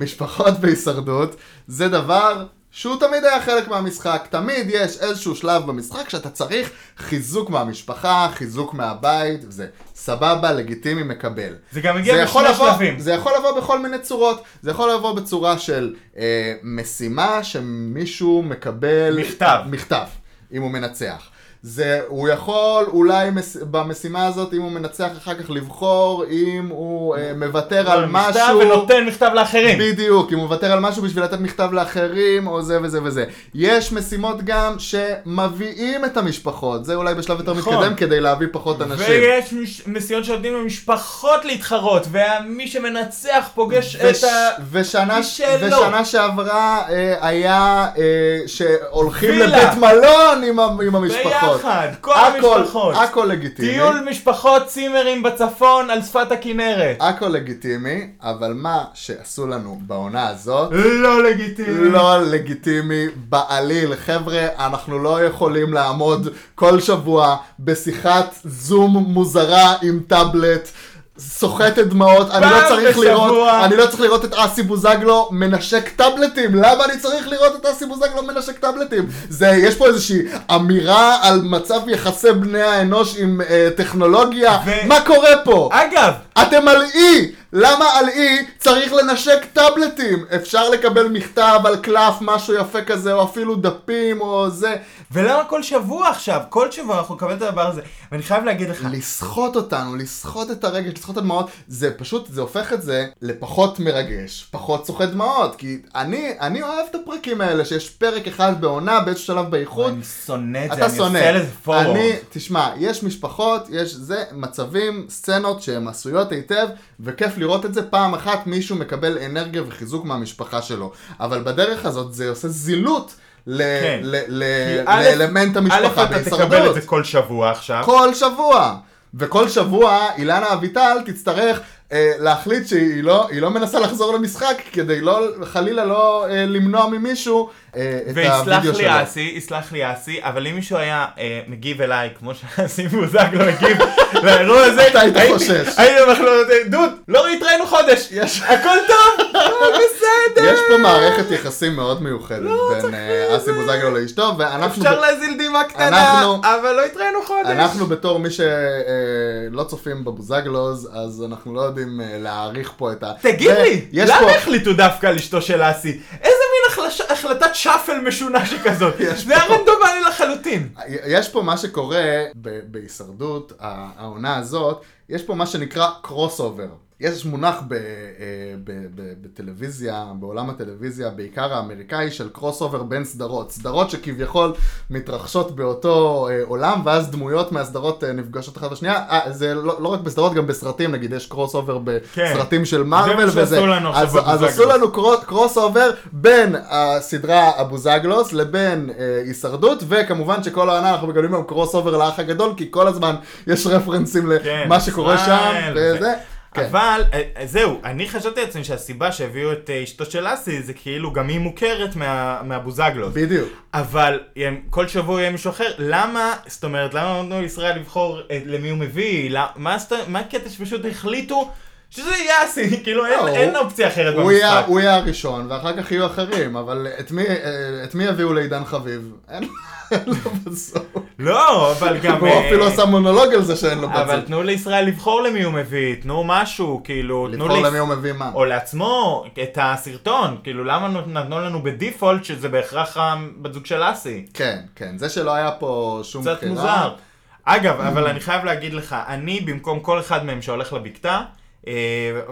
משפחות בהישרדות, זה דבר שהוא תמיד היה חלק מהמשחק. תמיד יש איזשהו שלב במשחק שאתה צריך חיזוק מהמשפחה, חיזוק מהבית, זה סבבה, לגיטימי, מקבל. זה גם זה הגיע יכול, בשני לבוא, שלבים. זה יכול לבוא בכל מיני צורות, זה יכול לבוא בצורה של אה, משימה שמישהו מקבל... אה, מכתב. מכתב, אם הוא מנצח. זה, הוא יכול אולי מס, במשימה הזאת, אם הוא מנצח אחר כך לבחור, אם הוא אה, מוותר על מכתב משהו... ונותן מכתב לאחרים. בדיוק, אם הוא מוותר על משהו בשביל לתת מכתב לאחרים, או זה וזה וזה. יש משימות גם שמביאים את המשפחות, זה אולי בשלב יותר נכון. מתקדם כדי להביא פחות אנשים. ויש מש- מסיעות שנותנים למשפחות להתחרות, ומי שמנצח פוגש את וש, ה... ושנה, מי שלא. ושנה שעברה אה, היה אה, שהולכים וילה. לבית מלון עם, ה- עם המשפחות. ביחד, כל הכל- המשפחות. הכל לגיטימי. טיול משפחות צימרים בצפון על שפת הכנרת. הכל לגיטימי, אבל מה שעשו לנו בעונה הזאת, לא לגיטימי. לא לגיטימי בעליל. חבר'ה, אנחנו לא יכולים לעמוד כל שבוע בשיחת זום מוזרה עם טאבלט. סוחטת דמעות, אני לא פעם צריך בשבוע. לראות, אני לא צריך לראות את אסי בוזגלו מנשק טאבלטים, למה אני צריך לראות את אסי בוזגלו מנשק טאבלטים? זה, יש פה איזושהי אמירה על מצב יחסי בני האנוש עם אה, טכנולוגיה, ו- מה קורה פה? אגב, אתם על אי! למה על אי צריך לנשק טאבלטים? אפשר לקבל מכתב על קלף, משהו יפה כזה, או אפילו דפים, או זה. ולמה כל שבוע עכשיו? כל שבוע אנחנו נקבל את הדבר הזה. ואני חייב להגיד לך, לסחוט אותנו, לסחוט את הרגש, לסחוט את הדמעות, זה פשוט, זה הופך את זה לפחות מרגש, פחות סוחט דמעות, כי אני, אני אוהב את הפרקים האלה, שיש פרק אחד בעונה, באיזשהו שלב באיחוד, אני שונא את זה, אתה אני שונא. עושה לזה פורום. אני, תשמע, יש משפחות, יש זה, מצבים, סצנות שהן עשויות היטב, וכיף לראות את זה פעם אחת, מישהו מקבל אנרגיה וחיזוק מהמשפחה שלו. אבל בדרך הזאת זה עושה זילות. ל- כן. ל- ל- כי א', לאלמנט א', המשפחה אתה תקבל את בהישרדות. זה כל שבוע עכשיו. כל שבוע. וכל שבוע אילנה אביטל תצטרך אה, להחליט שהיא לא, היא לא מנסה לחזור למשחק כדי לא, חלילה לא אה, למנוע ממישהו אה, את ויסלח הוידאו שלו. לי אסי, יסלח לי אסי, אבל אם מישהו היה אה, מגיב אליי, כמו שאסי לא בוזגלו מגיב לאירוע הזה, אתה היית הייתי- חושש. הייתי אומר לו, דוד, לא התראינו חודש, יש- הכל טוב, הכל בסדר, יש פה מערכת יחסים מאוד מיוחדת לא, בין אה, אסי בוזגלו לאשתו, ואנחנו אפשר להזיל דמעה קטנה, אנחנו- אבל לא התראינו חודש. אנחנו בתור מי שלא צופים בבוזגלוז, אז אנחנו לא יודעים אה, להעריך פה את ה... תגיד ו- לי, יש למה פה- החליטו דווקא על אשתו של אסי? איזה מין החלש- החלטת שאפל משונה שכזאת? יש זה היה פה- רנדומלי לחלוטין. יש פה מה שקורה ב- בהישרדות, ה- העונה הזאת, יש פה מה שנקרא קרוס אובר. יש מונח ב- אה, ב- ב- בטלוויזיה, בעולם הטלוויזיה, בעיקר האמריקאי, של קרוס אובר בין סדרות. סדרות שכביכול מתרחשות באותו אה, עולם, ואז דמויות מהסדרות אה, נפגשות אחת בשנייה. אה, זה לא, לא רק בסדרות, גם בסרטים, נגיד יש קרוס אובר בסרטים של מרוויל כן. שעשו וזה. לנו עכשיו אז, אז בבוזגלו. עשו לנו קרוס, קרוס אובר בין הסדרה הבוזגלוס לבין אה, הישרדות, וכמובן שכל העונה אנחנו מגלים גם קרוס אובר לאח הגדול, כי כל הזמן יש רפרנסים כן, למה שקורה שם, ישראל, וזה. כן. אבל אה, אה, זהו, אני חשבתי לעצמי שהסיבה שהביאו את אה, אשתו של אסי זה כאילו גם היא מוכרת מה- מהבוזגלו. בדיוק. אבל הם- כל שבוע יהיה מישהו אחר, למה, זאת אומרת, למה נתנו לישראל לבחור אה, למי הוא מביא? למה- מה זאת- מה הקטע שפשוט החליטו שזה יהיה אסי, כאילו אין- לא, אין הוא- אופציה אחרת הוא יהיה- במשחק. הוא יהיה הראשון, ואחר כך יהיו אחרים, אבל את מי, אה, את מי יביאו לעידן חביב? אין אין לו בסוף. לא, אבל גם... הוא אה, אפילו עשה מונולוג על זה שאין לו אבל בצד. תנו לישראל לבחור למי הוא מביא, תנו משהו, כאילו, תנו לבחור לישראל- למי הוא מביא מה. או לעצמו את הסרטון, כאילו למה נות- נתנו לנו בדיפולט שזה בהכרח הבת זוג של אסי? כן, כן, זה שלא היה פה שום בחירה. קצת מוזר. אגב, אבל אני חייב להגיד לך, אני במקום כל אחד מהם שהולך לבקתה, אה,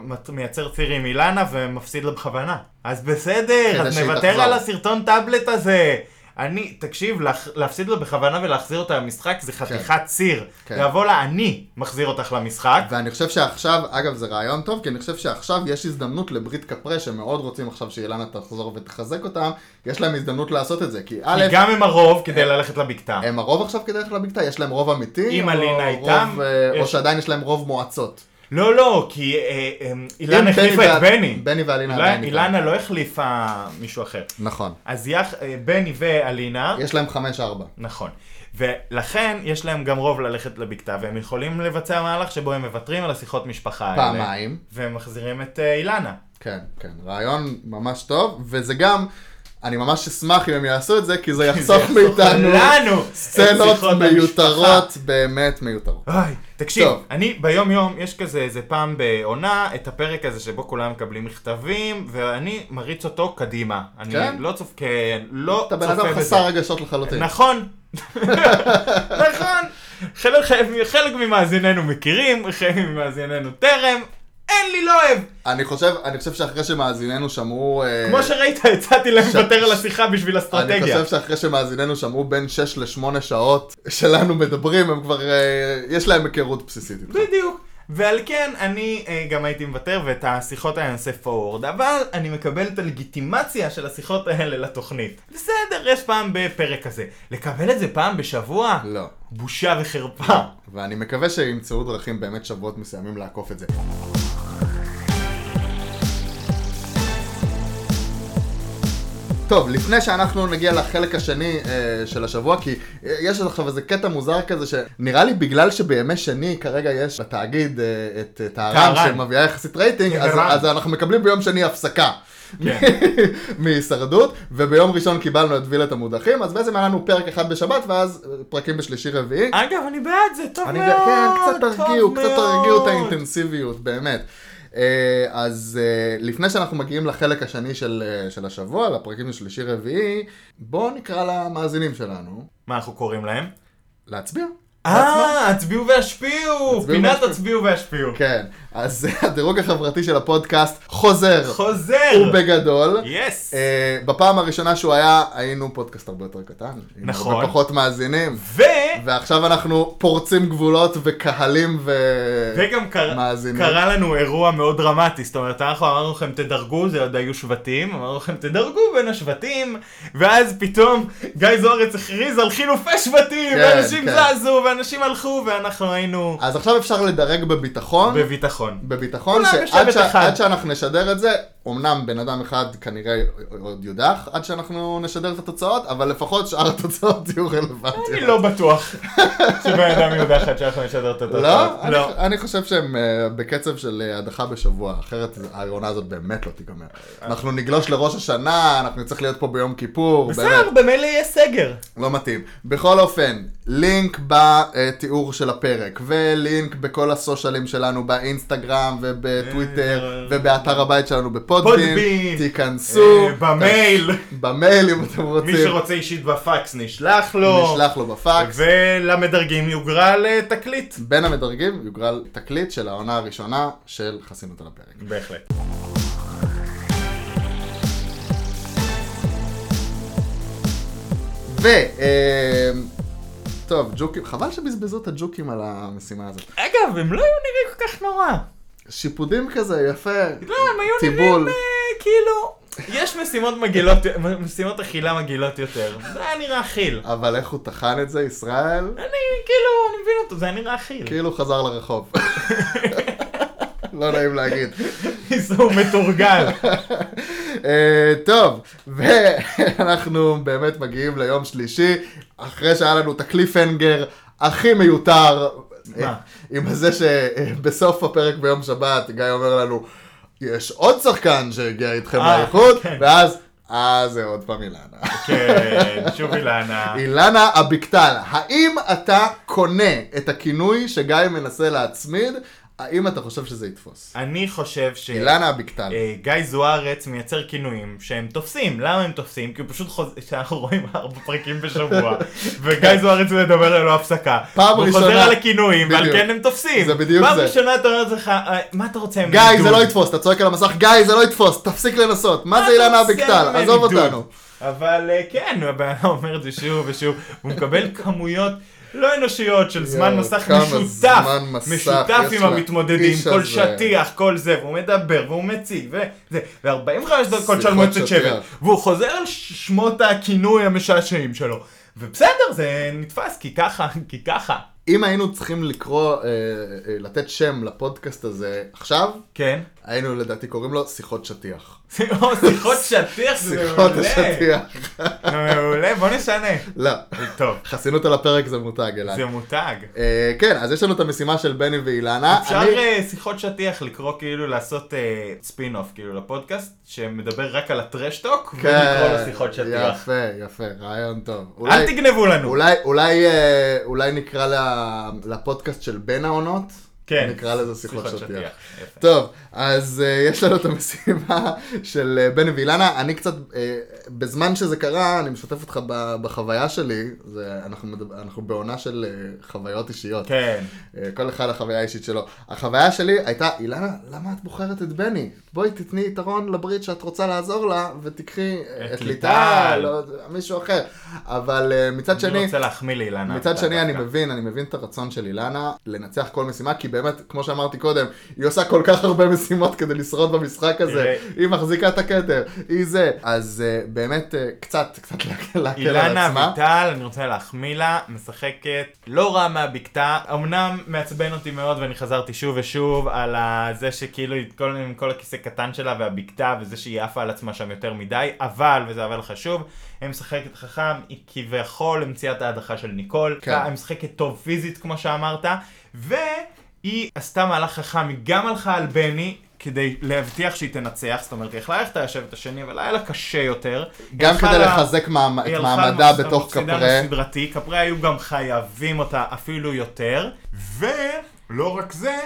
מת- מייצר ציר עם אילנה ומפסיד לה בכוונה. אז בסדר, כדי אז שהיא נוותר תחזור. על הסרטון טאבלט הזה. אני, תקשיב, להח- להפסיד לה בכוונה ולהחזיר אותה למשחק זה חתיכת ציר. כן. יבוא לה, אני מחזיר אותך למשחק. ואני חושב שעכשיו, אגב זה רעיון טוב, כי אני חושב שעכשיו יש הזדמנות לברית קפרה שמאוד רוצים עכשיו שאילנה תחזור ותחזק אותם, יש להם הזדמנות לעשות את זה, כי א', כי גם הם הרוב אה, כדי ללכת לבקתה. הם הרוב עכשיו כדרך לבקתה, יש להם רוב אמיתי, אם או אלינה רוב, איתם, אה, או יש- שעדיין יש להם רוב מועצות. לא, לא, כי אה, אה, אם אילנה החליפה את וה- בני. בני ואלינה אילנה- עדיין איתם. אילנה לא החליפה מישהו אחר. נכון. אז יח- אה, בני ואלינה, יש להם חמש-ארבע. נכון. ולכן יש להם גם רוב ללכת לבקתה, והם יכולים לבצע מהלך שבו הם מוותרים על השיחות משפחה האלה. פעמיים. והם מחזירים את אה, אילנה. כן, כן, רעיון ממש טוב, וזה גם, אני ממש אשמח אם הם יעשו את זה, כי זה יחסוך מאיתנו לנו את סצנות שיחות המשפחה. מיותרות, באמת מיותרות. אוי, תקשיב, טוב. אני ביום יום, יש כזה איזה פעם בעונה, את הפרק הזה שבו כולם מקבלים מכתבים, ואני מריץ אותו קדימה. אני כן? לא צופ... כן, לא אתה בן צופה אדם בזה. חסר רגשות לחלוטין. נכון. נכון. חלק, חלק ממאזיננו מכירים, חלק ממאזיננו טרם. אין לי, לא אוהב. אני חושב, אני חושב שאחרי שמאזיננו שמעו... אה, כמו שראית, הצעתי להם לוותר על השיחה בשביל אני אסטרטגיה. חושב שאחרי שמאזיננו שמעו בין 6 ל-8 שעות שלנו מדברים, הם כבר, אה, יש להם היכרות בסיסית איתך. בדיוק. ועל כן, אני אה, גם הייתי מוותר, ואת השיחות האלה אני עושה forward, אבל אני מקבל את הלגיטימציה של השיחות האלה לתוכנית. בסדר, יש פעם בפרק כזה. לקבל את זה פעם בשבוע? לא. בושה וחרפה. ואני מקווה שימצאו דרכים באמת שבועות מסוימים לעקוף את זה. טוב, לפני שאנחנו נגיע לחלק השני אה, של השבוע, כי אה, יש עכשיו איזה קטע מוזר כזה, שנראה לי בגלל שבימי שני כרגע יש בתאגיד אה, את אה, טהרן טהרן. שמביאה יחסית רייטינג, אז, טהרן. אז אנחנו מקבלים ביום שני הפסקה. כן. מהישרדות, וביום ראשון קיבלנו את וילת המודחים, אז בעצם היה לנו פרק אחד בשבת, ואז אה, פרקים בשלישי רביעי. אגב, אני בעד זה, טוב אני מאוד, ב- כן, קצת טוב תרגיעו, קצת מאוד. תרגיעו את האינטנסיביות, באמת. אה, אז אה, לפני שאנחנו מגיעים לחלק השני של, אה, של השבוע, לפרקים השלישי-רביעי, בואו נקרא למאזינים שלנו מה אנחנו קוראים להם? להצביע. אה, הצביעו והשפיעו! פינת והשפיעו. הצביעו והשפיעו. כן, אז הדירוג החברתי של הפודקאסט חוזר, חוזר! ובגדול. יס! אה, בפעם הראשונה שהוא היה, היינו פודקאסט הרבה יותר קטן. עם נכון. הרבה פחות מאזינים. ו... ועכשיו אנחנו פורצים גבולות וקהלים ו... וגם קר- מאזינים. קרה לנו אירוע מאוד דרמטי, זאת אומרת, אנחנו אמרנו לכם תדרגו, זה עוד היו שבטים, אמרנו לכם תדרגו בין השבטים, ואז פתאום גיא זוארץ הכריז על חילופי שבטים, כן, ואנשים כן. זזו, ואנשים הלכו, ואנחנו היינו אז עכשיו אפשר לדרג בביטחון. בביטחון. בביטחון, כולם שעד בשבט ש... אחד. עד שאנחנו נשדר את זה, אמנם בן אדם אחד כנראה עוד יודח, עד שאנחנו נשדר את התוצאות, אבל לפחות שאר התוצאות יהיו רלוונטיות. אני לא בטוח שבן אדם יודע אחד שאנחנו נשדר את התוצאות. לא? אני- לא. אני חושב שהם אה, בקצב של אה, הדחה בשבוע, אחרת העונה הזאת באמת לא אה, תיגמר. אנחנו נגלוש לראש השנה, אנחנו נצטרך להיות פה ביום כיפור, באמת, בסדר, במילא יהיה סגר. לא מתאים. בכל אופן, לינק בתיאור של הפרק, ולינק בכל הסושלים שלנו, באינסטגרם ובטוויטר, אה, ובאתר הבית שלנו בפודבין, פודבין. תיכנסו. אה, במייל. במייל אם אתם מי רוצים. שרוצה לא. אישית בפקס נשלח לו. נשלח לו בפקס. ולמדרגים יוגרל אה, תקליט. בין המדרגים יוגרל תקליט של העונה הראשונה של חסינות על הפרק. בהחלט. ו... אמ, טוב, ג'וקים, חבל שבזבזו את הג'וקים על המשימה הזאת. אגב, הם לא היו נראים כל כך נורא. שיפודים כזה, יפה. לא, הם היו נראים טיבול. אה, כאילו... יש משימות מגעילות, משימות אכילה מגעילות יותר. זה היה נראה אכיל. אבל איך הוא טחן את זה, ישראל? אני כאילו, אני מבין אותו, זה היה נראה אכיל. כאילו חזר לרחוב. לא נעים להגיד. הוא מתורגל. אה, טוב, ואנחנו באמת מגיעים ליום שלישי, אחרי שהיה לנו את הקליפהנגר הכי מיותר. מה? אה, עם זה שבסוף הפרק ביום שבת, גיא אומר לנו, יש עוד שחקן שהגיע איתכם אה, לאיחוד, כן. ואז, אה, זה עוד פעם אילנה. כן, שוב אילנה. אילנה אביקטל, האם אתה קונה את הכינוי שגיא מנסה להצמיד, האם אתה חושב שזה יתפוס? אני חושב ש... אילנה אביקטל. אה, גיא זוארץ מייצר כינויים שהם תופסים. למה הם תופסים? כי הוא פשוט חוזר, שאנחנו רואים ארבע פרקים בשבוע, וגיא זוארץ מדבר ללא הפסקה. פעם הוא חוזר ראשונה. על הכינויים, ועל בדיוק. כן הם תופסים. זה בדיוק פעם זה. ראשונה אתה אומר לעצמך, "אה, מה אתה רוצה? הם גיא, עידוד?" זה לא יתפוס, אתה צועק על המסך, גיא, זה לא יתפוס, תפסיק לנסות. מה זה אילנה אתה עושה אביקטל? ממני עזוב עידוד? אותנו. אבל אה, כן, הבן אדם אומר את זה שוב ושוב, הוא מקבל כמויות לא אנושיות של זמן יואו, מסך כמה משותף, זמן מסך משותף יש לאיש עם המתמודדים, כל הזה. שטיח, כל זה, והוא מדבר, והוא מציג, וזה, ו-45 דקות של שיחות מועצת שבט, שטיח. והוא חוזר על ש- שמות הכינוי המשעשעים שלו, ובסדר, זה נתפס, כי ככה, כי ככה, אם היינו צריכים לקרוא, אה, אה, לתת שם לפודקאסט הזה עכשיו, כן? היינו לדעתי קוראים לו שיחות שטיח. או, שיחות שטיח, זה שיחות מעולה, השטיח. מעולה, בוא נשנה. לא. טוב, חסינות על הפרק זה מותג אליי. זה מותג. אה, כן, אז יש לנו את המשימה של בני ואילנה. אפשר אני- אה, שיחות שטיח לקרוא כאילו לעשות אה, ספין אוף כאילו לפודקאסט שמדבר רק על הטרשטוק כן, ולקרוא לו שיחות שטיח. יפה, יפה, רעיון טוב. אה, אל אולי, תגנבו לנו. אולי, אולי, אה, אולי נקרא לה- לפודקאסט של בין העונות? כן. נקרא לזה שיחות שטיח. יפה. טוב, אז uh, יש לנו את המשימה של uh, בני ואילנה. אני קצת, uh, בזמן שזה קרה, אני משתף אותך ב- בחוויה שלי. זה, אנחנו, מדבר, אנחנו בעונה של uh, חוויות אישיות. כן. Uh, כל אחד החוויה האישית שלו. החוויה שלי הייתה, אילנה, למה את בוחרת את בני? בואי תתני יתרון לברית שאת רוצה לעזור לה, ותקחי את uh, את ליטל, ליטל. לא, מישהו אחר. אבל uh, מצד שני... אני רוצה להחמיא לאילנה. מצד אתה שני אני דווקא. מבין, אני מבין את הרצון של אילנה לנצח כל משימה, כי באמת, כמו שאמרתי קודם, היא עושה כל כך הרבה משימות כדי לשרוד במשחק הזה, תראה. היא מחזיקה את הכתר, היא זה. אז אה, באמת, אה, קצת, קצת להקל- להקל על אילנה עצמה. אביטל, אני רוצה להחמיא לה, משחקת לא רע מהבקתה, אמנם מעצבן אותי מאוד ואני חזרתי שוב ושוב על ה- זה שכאילו היא כל, עם כל הכיסא קטן שלה והבקתה וזה שהיא עפה על עצמה שם יותר מדי, אבל, וזה אבל חשוב, היא משחקת חכם, היא כביכול המציאה את ההדחה של ניקול, כן. היא משחקת טוב פיזית כמו שאמרת, והיא עשתה מהלך חכם, היא גם הלכה על בני. כדי להבטיח שהיא תנצח, זאת אומרת, היא יכלה ללכת לישבת השני, אבל היה לה קשה יותר. היא גם הלכה כדי לה- לחזק מעמ- היא את הלכה מעמדה למס- בתוך למצידן כפרה. הסדרתי, כפרה היו גם חייבים אותה אפילו יותר, ולא רק זה,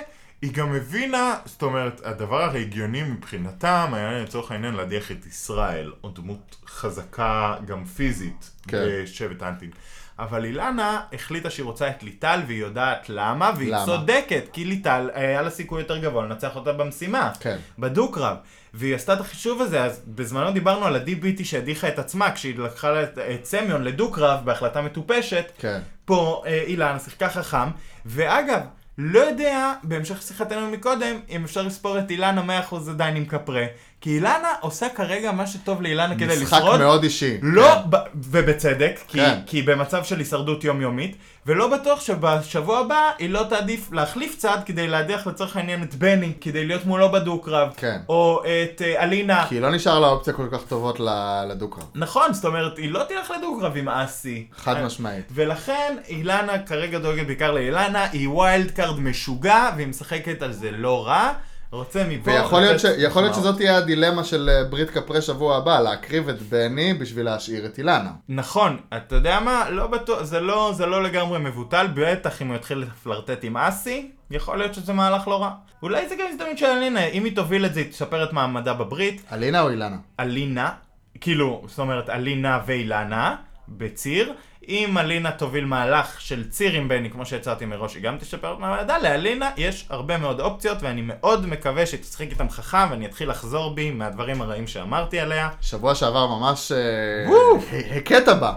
היא גם הבינה, זאת אומרת, הדבר ההגיוני מבחינתם היה לצורך העניין להדיח את ישראל, או דמות חזקה גם פיזית כן. בשבט האנטים. אבל אילנה החליטה שהיא רוצה את ליטל, והיא יודעת למה, והיא למה? צודקת, כי ליטל היה לה סיכוי יותר גבוה לנצח אותה במשימה. כן. בדו-קרב. והיא עשתה את החישוב הזה, אז בזמנו דיברנו על ה-DBT שהדיחה את עצמה, כשהיא לקחה לה את- את סמיון לדו-קרב בהחלטה מטופשת. כן. פה אה, אילן שיחקה חכם, ואגב, לא יודע, בהמשך שיחתנו מקודם, אם אפשר לספור את אילנה 100% עדיין עם קפרה, כי אילנה עושה כרגע מה שטוב לאילנה כדי לשרוד. משחק מאוד אישי. לא, ב- ובצדק, כי, כן. כי היא במצב של הישרדות יומיומית, ולא בטוח שבשבוע הבא היא לא תעדיף להחליף צד כדי להדיח לצורך העניין את בני, כדי להיות מולו בדו-קרב, כן. או את אה, אלינה. כי לא נשאר לה אופציה כל כך טובות ל- לדו-קרב. נכון, זאת אומרת, היא לא תלך לדו-קרב עם אסי. חד אה, משמעית. ולכן אילנה כרגע דואגת בעיקר לאילנה, היא ויילד קארד משוגע, והיא משחקת על זה לא רע. רוצה מפה... ויכול להיות, ש... לתת- יכול להיות שזאת תהיה הדילמה של אה, ברית קפרה שבוע הבא, להקריב את בני בשביל להשאיר את אילנה. נכון, אתה יודע מה? לא בטוח, זה לא, זה לא לגמרי מבוטל, בטח אם הוא יתחיל לפלרטט עם אסי, יכול להיות שזה מהלך לא רע. אולי זה גם הזדמנות של אלינה, אם היא תוביל את זה, היא תשפר את מעמדה בברית. אלינה או אילנה? אלינה, כאילו, זאת אומרת, אלינה ואילנה, בציר. אם אלינה תוביל מהלך של ציר עם בני, כמו שהצעתי מראש, היא גם תשפר את מעמדה, לאלינה יש הרבה מאוד אופציות, ואני מאוד מקווה שתשחק איתם חכם, ואני אתחיל לחזור בי מהדברים הרעים שאמרתי עליה. שבוע שעבר ממש... אה, וואו. ה- הכית בה.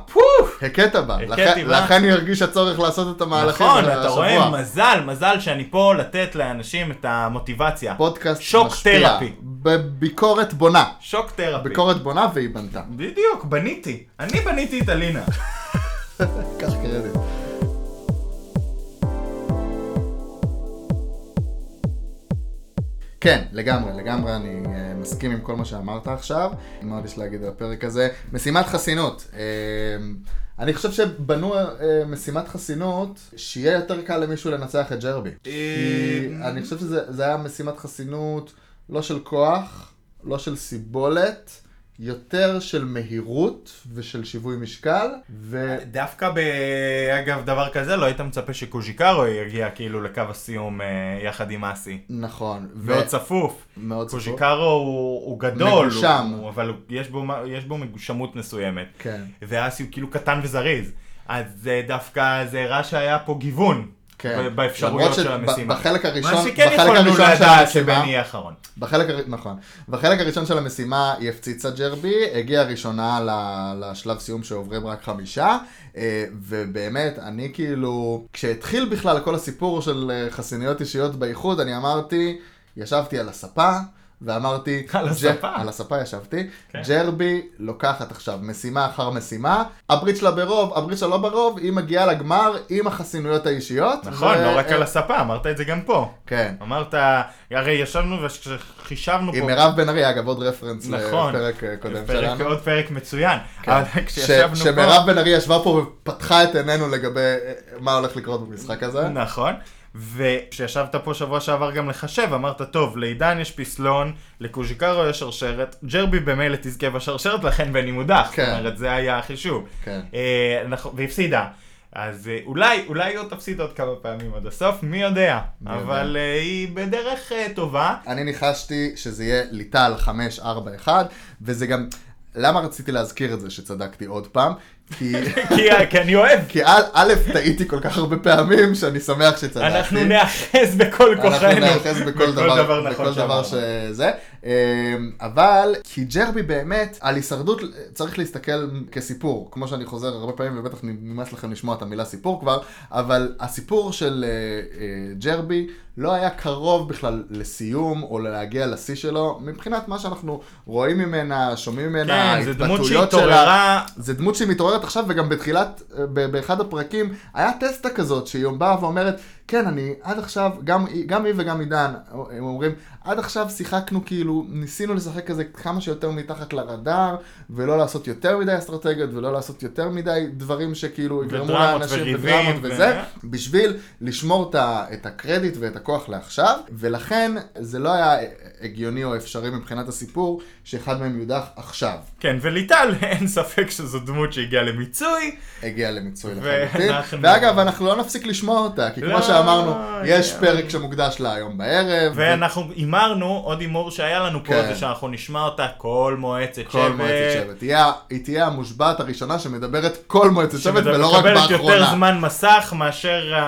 הכית בה. הכיתי לכן- בה. לכן הוא הרגיש הצורך לעשות את המהלכים נכון, של אתה השבוע. רואה, מזל, מזל שאני פה לתת לאנשים את המוטיבציה. פודקאסט שוק משפיע. תרפי. בביקורת בונה. שוק תרפי. ביקורת בונה והיא בנתה. בדיוק, בניתי. אני בניתי את אלינה. קח קרדיט. כן, לגמרי, לגמרי אני אה, מסכים עם כל מה שאמרת עכשיו. מה עוד יש להגיד על הפרק הזה? משימת חסינות. אה, אני חושב שבנו אה, משימת חסינות, שיהיה יותר קל למישהו לנצח את ג'רבי. כי אני חושב שזה זה היה משימת חסינות לא של כוח, לא של סיבולת, יותר של מהירות ושל שיווי משקל, ו... דווקא ב... אגב, דבר כזה, לא היית מצפה שקוז'יקרו יגיע כאילו לקו הסיום אה, יחד עם אסי. נכון. ו- מאוד צפוף. מאוד צפוף. קוז'יקרו הוא, הוא גדול. מגושם. הוא, הוא, אבל הוא- יש בו, מה- יש בו מגושמות מסוימת. כן. ואסי הוא כאילו קטן וזריז. אז זה דווקא, זה הראה שהיה פה גיוון. כן. באפשרויות למרות של שב- המשימה. בחלק הראשון, מה שכן בחלק יכולנו הראשון של לדעת המשימה, שבני יהיה האחרון. בחלק, הר- נכון. בחלק הראשון של המשימה היא הפציצה ג'רבי, הגיעה ראשונה ל- לשלב סיום שעוברים רק חמישה, אה, ובאמת, אני כאילו, כשהתחיל בכלל כל הסיפור של אה, חסינויות אישיות באיחוד, אני אמרתי, ישבתי על הספה. ואמרתי, על "ג'- הספה." על הספה ישבתי, כן. ג'רבי לוקחת עכשיו משימה אחר משימה, הברית שלה ברוב, הברית שלה לא ברוב, היא מגיעה לגמר עם החסינויות האישיות. נכון, ו- לא רק אה, על הספה, אמרת את זה גם פה. כן. אמרת, הרי ישבנו וחישבנו פה. עם מירב בן ארי, אגב, עוד רפרנס נכון. לפרק אה, קודם פרק- שלנו. כן. עוד פרק מצוין. אבל ש- כשישבנו פה... שמירב בן ארי ישבה פה ופתחה את עינינו לגבי אה, מה הולך לקרות במשחק הזה. נכון. וכשישבת פה שבוע שעבר גם לחשב, אמרת, טוב, לעידן יש פסלון, לקוז'יקרו יש שרשרת, ג'רבי במילא תזכה בשרשרת, לכן בני מודח. כן. זאת אומרת, זה היה החישוב. כן. אה, נכון, והפסידה. אז אה, אולי, אולי היא עוד תפסיד עוד כמה פעמים עד הסוף, מי יודע. מי יודע. אבל אה, היא בדרך אה, טובה. אני ניחשתי שזה יהיה ליטל 5-4-1, וזה גם... למה רציתי להזכיר את זה שצדקתי עוד פעם? כי... כי, כי אני אוהב. כי א', א', טעיתי כל כך הרבה פעמים, שאני שמח שצדקתי. אנחנו נאחז בכל כוחנו. אנחנו נאחז בכל דבר, נכון בכל דבר שאמרנו. שזה. אמ, אבל כי ג'רבי באמת, על הישרדות צריך להסתכל כסיפור, כמו שאני חוזר הרבה פעמים, ובטח נמאס לכם לשמוע את המילה סיפור כבר, אבל הסיפור של אה, אה, ג'רבי לא היה קרוב בכלל לסיום, או להגיע לשיא שלו, מבחינת מה שאנחנו רואים ממנה, שומעים ממנה, כן, זו דמות ההתבטאויות שלה. שהתעוררה, זה דמות שהיא מתעוררת עכשיו, וגם בתחילת, אה, ב- באחד הפרקים, היה טסטה כזאת, שהיא באה ואומרת, כן, אני עד עכשיו, גם, היא- גם היא וגם עידן, הם אומרים, עד עכשיו שיחקנו כאילו, ניסינו לשחק כזה כמה שיותר מתחת לרדאר, ולא לעשות יותר מדי אסטרטגיות, ולא לעשות יותר מדי דברים שכאילו יגרמו ודרמות לאנשים, וריבים, ודרמות ו- וזה, בשביל לשמור את ה- את הקרדיט ואת הכוח לעכשיו, ולכן זה לא היה הגיוני או אפשרי מבחינת הסיפור, שאחד מהם יודח עכשיו. כן, וליטל, אין ספק שזו דמות שהגיעה למיצוי. הגיעה למיצוי ו- לחלוטין. אנחנו- ואגב, אנחנו לא נפסיק לשמוע אותה, כי לא, כמו שאמרנו, ואמרנו, אוי, יש אוי. פרק שמוקדש לה היום בערב. ואנחנו הימרנו, עוד הימור שהיה לנו פה, כן. זה שאנחנו נשמע אותה כל מועצת שבט. כל מועצת שבט. תהיה- היא תהיה המושבעת הראשונה שמדברת כל מועצת שבט ולא רק שמקבלת יותר באחרונה. זמן מסך מאשר ה-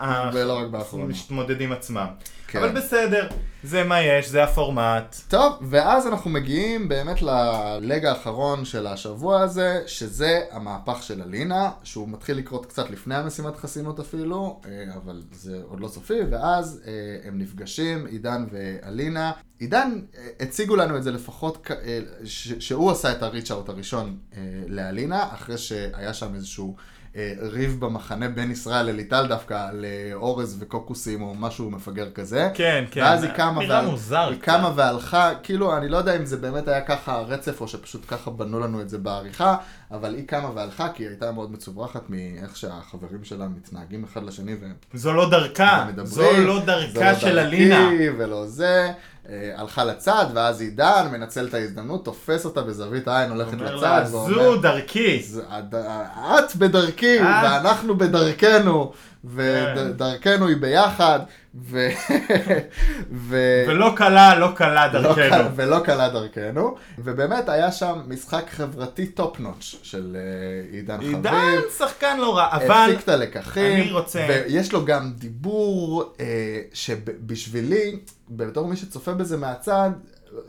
ה- ולא רק באחרונה. המתמודדים עצמם. כן. אבל בסדר, זה מה יש, זה הפורמט. טוב, ואז אנחנו מגיעים באמת ללג האחרון של השבוע הזה, שזה המהפך של אלינה, שהוא מתחיל לקרות קצת לפני המשימת חסינות אפילו, אה, אבל זה עוד לא סופי, ואז אה, הם נפגשים, עידן ואלינה. עידן, אה, הציגו לנו את זה לפחות, כ- אה, ש- שהוא עשה את הריצ'אוט הראשון אה, לאלינה, אחרי שהיה שם איזשהו... אה, ריב במחנה בין ישראל לליטל דווקא על אה, אורז וקוקוסים או משהו מפגר כזה. כן, כן. ואז היא קמה, נראה מוזר היא קצת. קמה והלכה, כאילו, אני לא יודע אם זה באמת היה ככה הרצף, או שפשוט ככה בנו לנו את זה בעריכה, אבל היא קמה והלכה, כי היא הייתה מאוד מצוברחת מאיך שהחברים שלה מתנהגים אחד לשני והם זו לא דרכה, מדברים. זו לא זה דרכה לא של דרכי אלינה. ולא זה. אה, הלכה לצד, ואז עידן מנצל את ההזדמנות, תופס אותה בזווית העין, הולכת אומר לצד, לה, ואומר, זו דרכי. "ז- הד- את בדרכי, את- ואנחנו בדרכנו, כן. ודרכנו היא ביחד, ו... ו- ולא קלה, לא קלה לא דרכנו. קל- ולא קלה דרכנו, ובאמת היה שם משחק חברתי טופ נוטש של אה, עידן חביב. עידן שחקן לא רע, אבל הפיק את הלקחים, אני רוצה- ויש לו גם דיבור אה, שבשבילי, בתור מי שצופה בזה מהצד,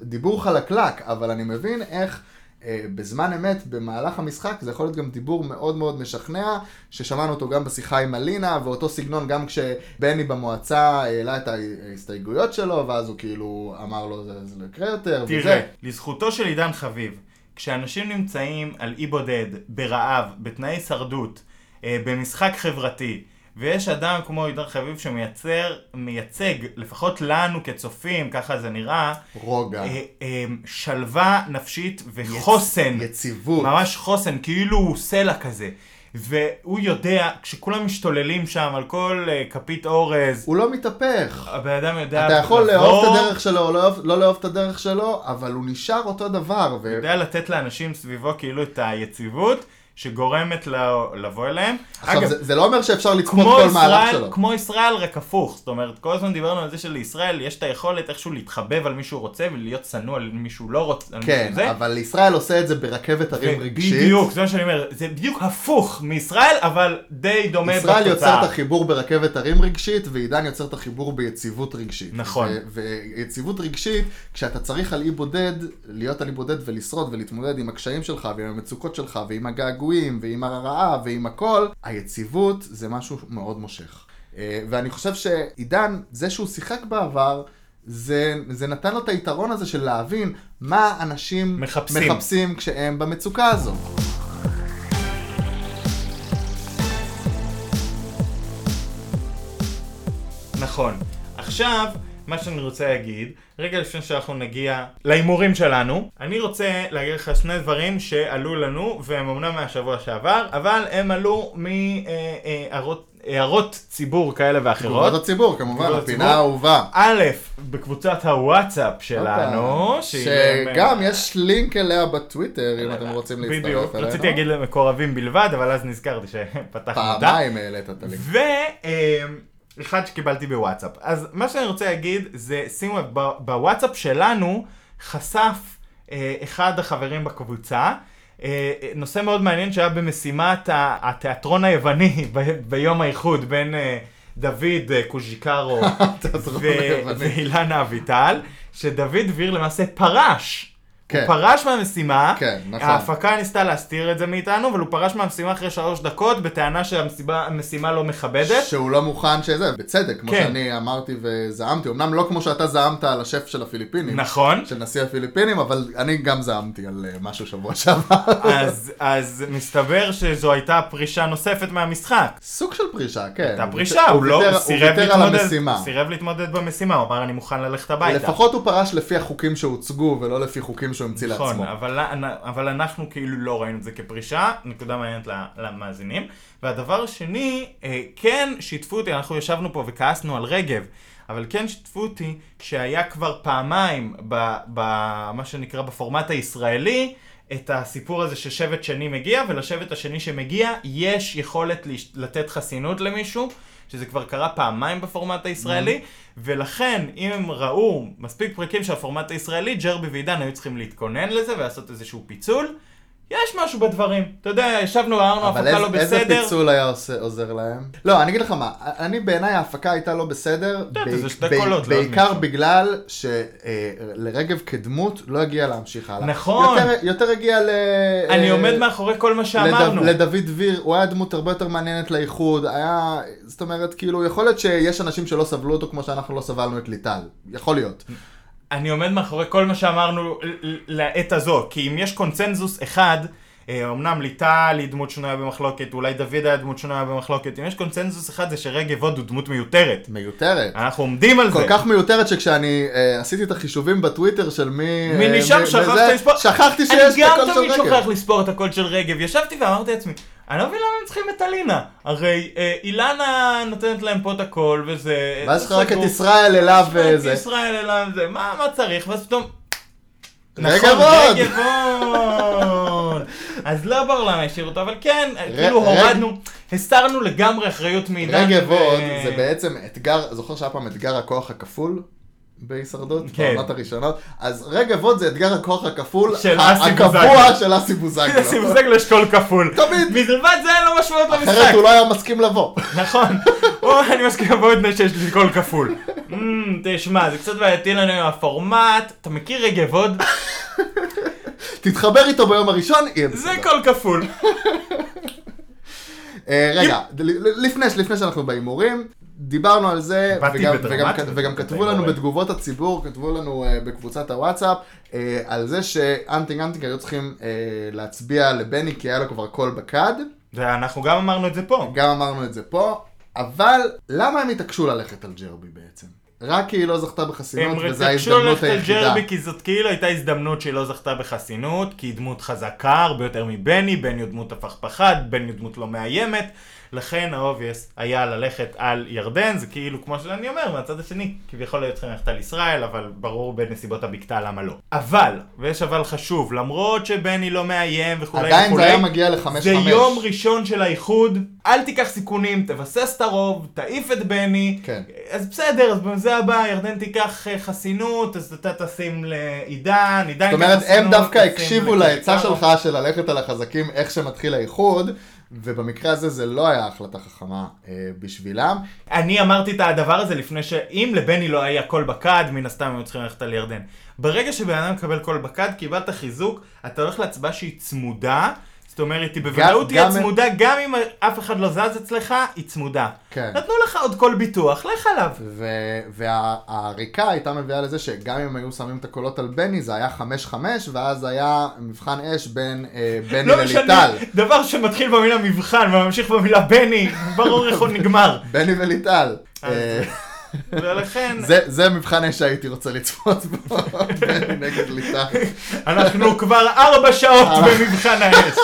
דיבור חלקלק, אבל אני מבין איך אה, בזמן אמת, במהלך המשחק, זה יכול להיות גם דיבור מאוד מאוד משכנע, ששמענו אותו גם בשיחה עם אלינה, ואותו סגנון גם כשבני במועצה העלה את ההסתייגויות שלו, ואז הוא כאילו אמר לו, זה, זה לא יקרה יותר, וזה. תראה, לזכותו של עידן חביב, כשאנשים נמצאים על אי בודד, ברעב, בתנאי הישרדות, אה, במשחק חברתי, ויש אדם כמו עידן חביב שמייצר, מייצג, לפחות לנו כצופים, ככה זה נראה, רוגע, אה, אה, שלווה נפשית וחוסן. יציבות. ממש חוסן, כאילו הוא סלע כזה. והוא יודע, כשכולם משתוללים שם על כל אה, כפית אורז, הוא לא מתהפך. הבן אדם יודע... אתה יכול לאהוב את לבוא, הדרך שלו או לא אוהב- לא לאהוב את הדרך שלו, אבל הוא נשאר אותו דבר. ו- יודע לתת לאנשים סביבו כאילו את היציבות שגורמת לו לבוא אליהם. עכשיו, אגב, זה- זה לא אומר שאפשר לצפות כמו כל מהלך ישראל, שלו. כמו ישראל רק הפוך, זאת אומרת, כל הזמן דיברנו על זה שלישראל יש את היכולת איכשהו להתחבב על מי שהוא רוצה ולהיות צנוע על מי שהוא לא רוצה, על מי כן, שהוא זה. כן, אבל ישראל עושה את זה ברכבת הרים רגשית. בדיוק, זה מה שאני אומר, זה בדיוק הפוך מישראל, אבל די דומה בתוצאה. ישראל יוצר את החיבור ברכבת הרים רגשית, ועידן יוצר את החיבור ביציבות רגשית. נכון. ו- ויציבות רגשית, כשאתה צריך על אי בודד, להיות על אי בודד ולשרוד ולהתמודד עם הקשיים שלך, ועם המצוקות שלך, ועם הגעגועים, ועם הרעה, ועם הכל, היציבות זה משהו מאוד מושך. אה, ואני חושב שעידן, זה שהוא שיחק בעבר, זה, זה נתן לו את היתרון הזה של להבין מה אנשים מחפשים. מחפשים כשהם במצוקה הזו. נכון. עכשיו, מה שאני רוצה להגיד, רגע לפני שאנחנו נגיע להימורים שלנו, אני רוצה להגיד לך שני דברים שעלו לנו, והם אמנם מהשבוע שעבר, אבל הם עלו מהערות ציבור כאלה תגובות ואחרות. הציבור, כמובן, תגובות הפינה הציבור. האהובה. א', בקבוצת הוואטסאפ שלנו, הופה. שהיא שגם באמת- יש לינק אליה בטוויטר, אם אתם רוצים להצטרף אלינו. בדיוק, רציתי להגיד למקורבים בלבד, אבל אז נזכרתי שפתחנו אותה. פעמיים העלית את הלינק. ואחד אה, שקיבלתי בוואטסאפ. אז מה שאני רוצה להגיד זה, שימו לב, ב- בוואטסאפ שלנו חשף אה, אחד החברים בקבוצה. אה, אה, נושא מאוד מעניין שהיה במשימת ה- התיאטרון היווני ב- ביום האיחוד בין אה, דוד אה, קוז'יקרו התיאטרון ו- היווני. ואילנה אביטל, שדוד דביר למעשה פרש. כן. הוא פרש מהמשימה, כן, נכון. ההפקה ניסתה להסתיר את זה מאיתנו, אבל הוא פרש מהמשימה אחרי שלוש דקות, בטענה שהמשימה המשימה לא מכבדת. שהוא לא מוכן שזה, בצדק, כמו כן. שאני אמרתי וזעמתי, אמנם לא כמו שאתה זעמת על השף של הפיליפינים. נכון. של נשיא הפיליפינים, אבל אני גם זעמתי על אה, משהו שבוע שעבר. אז, אז מסתבר שזו הייתה פרישה נוספת מהמשחק. סוג של פרישה, כן. הייתה פרישה, הוא לא, ויתר- הוא סירב ויתר על להתמודד, המשימה. הוא סירב להתמודד במשימה, הוא אמר אני מוכן ללכת הביתה. לפחות הוא פרש לפי החוקים שהוצגו, ולא לפי חוקים שהוא המציא נכון, לעצמו. אבל, אבל אנחנו כאילו לא ראינו את זה כפרישה, נקודה מעניינת ל- למאזינים. והדבר השני, אה, כן שיתפו אותי, אנחנו ישבנו פה וכעסנו על רגב, אבל כן שיתפו אותי שהיה כבר פעמיים, ב, ב, מה שנקרא בפורמט הישראלי, את הסיפור הזה ששבט שני מגיע, ולשבט השני שמגיע יש יכולת לש- לתת חסינות למישהו. שזה כבר קרה פעמיים בפורמט הישראלי, ולכן אם הם ראו מספיק פרקים של הפורמט הישראלי, ג'רבי ועידן היו צריכים להתכונן לזה ולעשות איזשהו פיצול. יש משהו בדברים, אתה יודע, ישבנו, הערנו, אבל הפקה לא איזה, איזה בסדר. פיצול היה עושה, עוזר להם? לא, אני אגיד לך מה, אני בעיניי ההפקה הייתה לא בסדר, יודעת, בעיק- זה שתי בעיק- קולות, לא עוד בעיקר מישהו. בגלל שלרגב כדמות לא הגיע להמשיך הלאה. נכון. יותר- יותר הגיע ל... אני אה, עומד מאחורי כל מה לדו- שאמרנו. לדוד דביר, הוא היה דמות הרבה יותר מעניינת לאיחוד, היה, זאת אומרת, כאילו, יכול להיות שיש אנשים שלא סבלו אותו כמו שאנחנו לא סבלנו את ליטל, יכול להיות. אני עומד מאחורי כל מה שאמרנו ל- ל- לעת הזו, כי אם יש קונצנזוס אחד, אה, אמנם ליטל היא דמות שנויה במחלוקת, אולי דוד היה דמות שנויה במחלוקת, אם יש קונצנזוס אחד זה שרגב הוד הוא דמות מיותרת. מיותרת. אנחנו עומדים על כל זה. כך מיותרת שכשאני אה, עשיתי את החישובים בטוויטר של מי... מי אה, נשאר? מי- שכחת וזה, לספור? שכחתי אני שיש את גם הקול של תמיד רגב. שוכח לספור את הקול של רגב. ישבתי ואמרתי לעצמי, אני לא מבין למה הם צריכים את אלינה. הרי אה, אילנה נותנת להם פה את הקול וזה... ואז יש לך רק את סגור. ישראל אליו אה, וזה. את ישראל אליו זה, מה מה צריך? ואז פתאום... רגע נכון, מאוד. רגב עוד. אז לא ברור למה השאיר אותו, אבל כן, כאילו רג- הורדנו, הסרנו לגמרי אחריות מעידן. רגב ו- עוד זה בעצם אתגר, זוכר שהיה פעם אתגר הכוח הכפול? בהישרדות, כן. בעונות הראשונות, אז רגב עוד זה אתגר הכוח הכפול, של ה- אסי הקבוע בוזגלו. של אסי בוזגלו. זה סיבזג לאשכול כפול. לא- תמיד. מלבד זה אין לו משמעות אחרת למשחק. הוא לא היה מסכים לבוא. נכון. או, אני מסכים מאוד שיש לי קול כפול. אמ, תשמע, זה קצת בעייתי לנו עם הפורמט. אתה מכיר רגב עוד? תתחבר איתו ביום הראשון, יהיה זה בסדר. קול כפול. אה, רגע, ל- ל- לפני ש- לפני שאנחנו בהימורים, דיברנו על זה, באתי וגם- בדרמטיות וגם כת- לתת וגם את כתבו לנו ההימורים. בתגובות הציבור, כתבו לנו אה, בקבוצת הוואטסאפ, אה, על זה שאנטינג אנטינג היו צריכים אה, להצביע לבני, כי היה לו כבר קול בקד. ואנחנו גם אמרנו את זה פה. גם אמרנו את זה פה, אבל למה הם התעקשו ללכת על ג'רבי בעצם? רק כי היא לא זכתה בחסינות, וזו ההזדמנות הם התעקשו ללכת היחידה. על ג'רבי כי זאת כאילו הייתה הזדמנות שהיא לא זכתה בחסינות, כי היא דמות חזקה הרבה יותר מבני, בני הוא דמות הפכפכת, בני הוא דמות לא מאיימת, לכן האובייס היה ללכת על ירדן, זה כאילו כמו שאני אומר, מהצד השני, כביכול היו צריכים ללכת על ישראל, אבל ברור בנסיבות הבקתה למה לא. אבל, ויש אבל חשוב, למרות שבני לא מאיים וכולי וכולי, עדיין זה היה מגיע לחמש זה חמש. יום ראשון של האיחוד, אל תיקח סיכונים, תבסס את הרוב, תעיף את בני. כן. אז בסדר, אז בזה הבא, ירדן תיקח אה, חסינות, אז אתה תשים לעידן, עידן זאת ייקח אומרת, הם חסינות, דווקא תשים הקשיבו לקרקרו. לעצה שלך של ללכת על החזקים איך שמתחיל האיחוד, ובמקרה הזה זה לא היה החלטה חכמה אה, בשבילם. אני אמרתי את הדבר הזה לפני ש... אם לבני לא היה קול בקד, מן הסתם היו צריכים ללכת על ירדן. ברגע שבן אדם מקבל קול בקד, קיבלת חיזוק, אתה הולך להצבעה שהיא צמודה. זאת אומרת, היא בוודאות תהיה גם- צמודה, גם אם אף אחד לא זז אצלך, היא צמודה. כן. נתנו לך עוד קול ביטוח, לך עליו. והעריקה הייתה מביאה לזה שגם אם היו שמים את הקולות על בני, זה היה חמש חמש, ואז היה מבחן אש בין אה, בני לא משנה, לליטל. דבר שמתחיל במילה מבחן וממשיך במילה בני, ברור איך הוא נגמר. בני וליטל. אז- אה, ולכן זה, זה מבחן אש שהייתי רוצה לצפות בו, בני נגד ליטל. אנחנו כבר ארבע שעות אה. במבחן האש.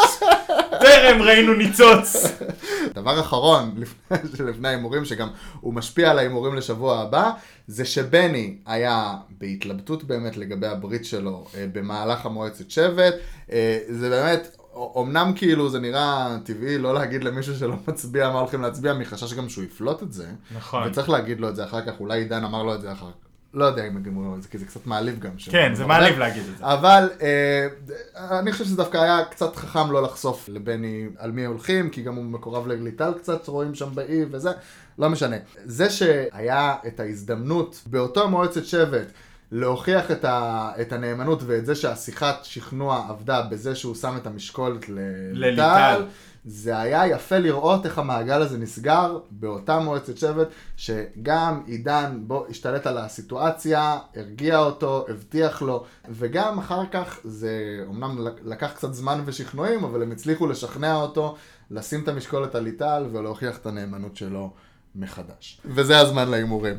טרם ראינו ניצוץ. דבר אחרון, לפני, לפני ההימורים, שגם הוא משפיע על ההימורים לשבוע הבא, זה שבני היה בהתלבטות באמת לגבי הברית שלו אה, במהלך המועצת שבט. אה, זה באמת, א- אמנם כאילו זה נראה טבעי לא להגיד למישהו שלא מצביע מה הולכים להצביע, מחשש גם שהוא יפלוט את זה. נכון. וצריך להגיד לו את זה אחר כך, אולי עידן אמר לו את זה אחר כך. לא יודע אם הם גמרו את זה, כי זה קצת מעליב גם. ש- כן, זה מעליב להגיד את זה. אבל אה, אני חושב שזה דווקא היה קצת חכם לא לחשוף לבני על מי הולכים, כי גם הוא מקורב לליטל קצת, שרואים שם באי וזה, לא משנה. זה שהיה את ההזדמנות באותה מועצת שבט להוכיח את, ה, את הנאמנות ואת זה שהשיחת שכנוע עבדה בזה שהוא שם את המשקולת לליטל. לליטל. זה היה יפה לראות איך המעגל הזה נסגר באותה מועצת שבט, שגם עידן בו השתלט על הסיטואציה, הרגיע אותו, הבטיח לו, וגם אחר כך זה אמנם לקח קצת זמן ושכנועים, אבל הם הצליחו לשכנע אותו לשים את המשקולת על ליטל ולהוכיח את הנאמנות שלו מחדש. וזה הזמן להימורים.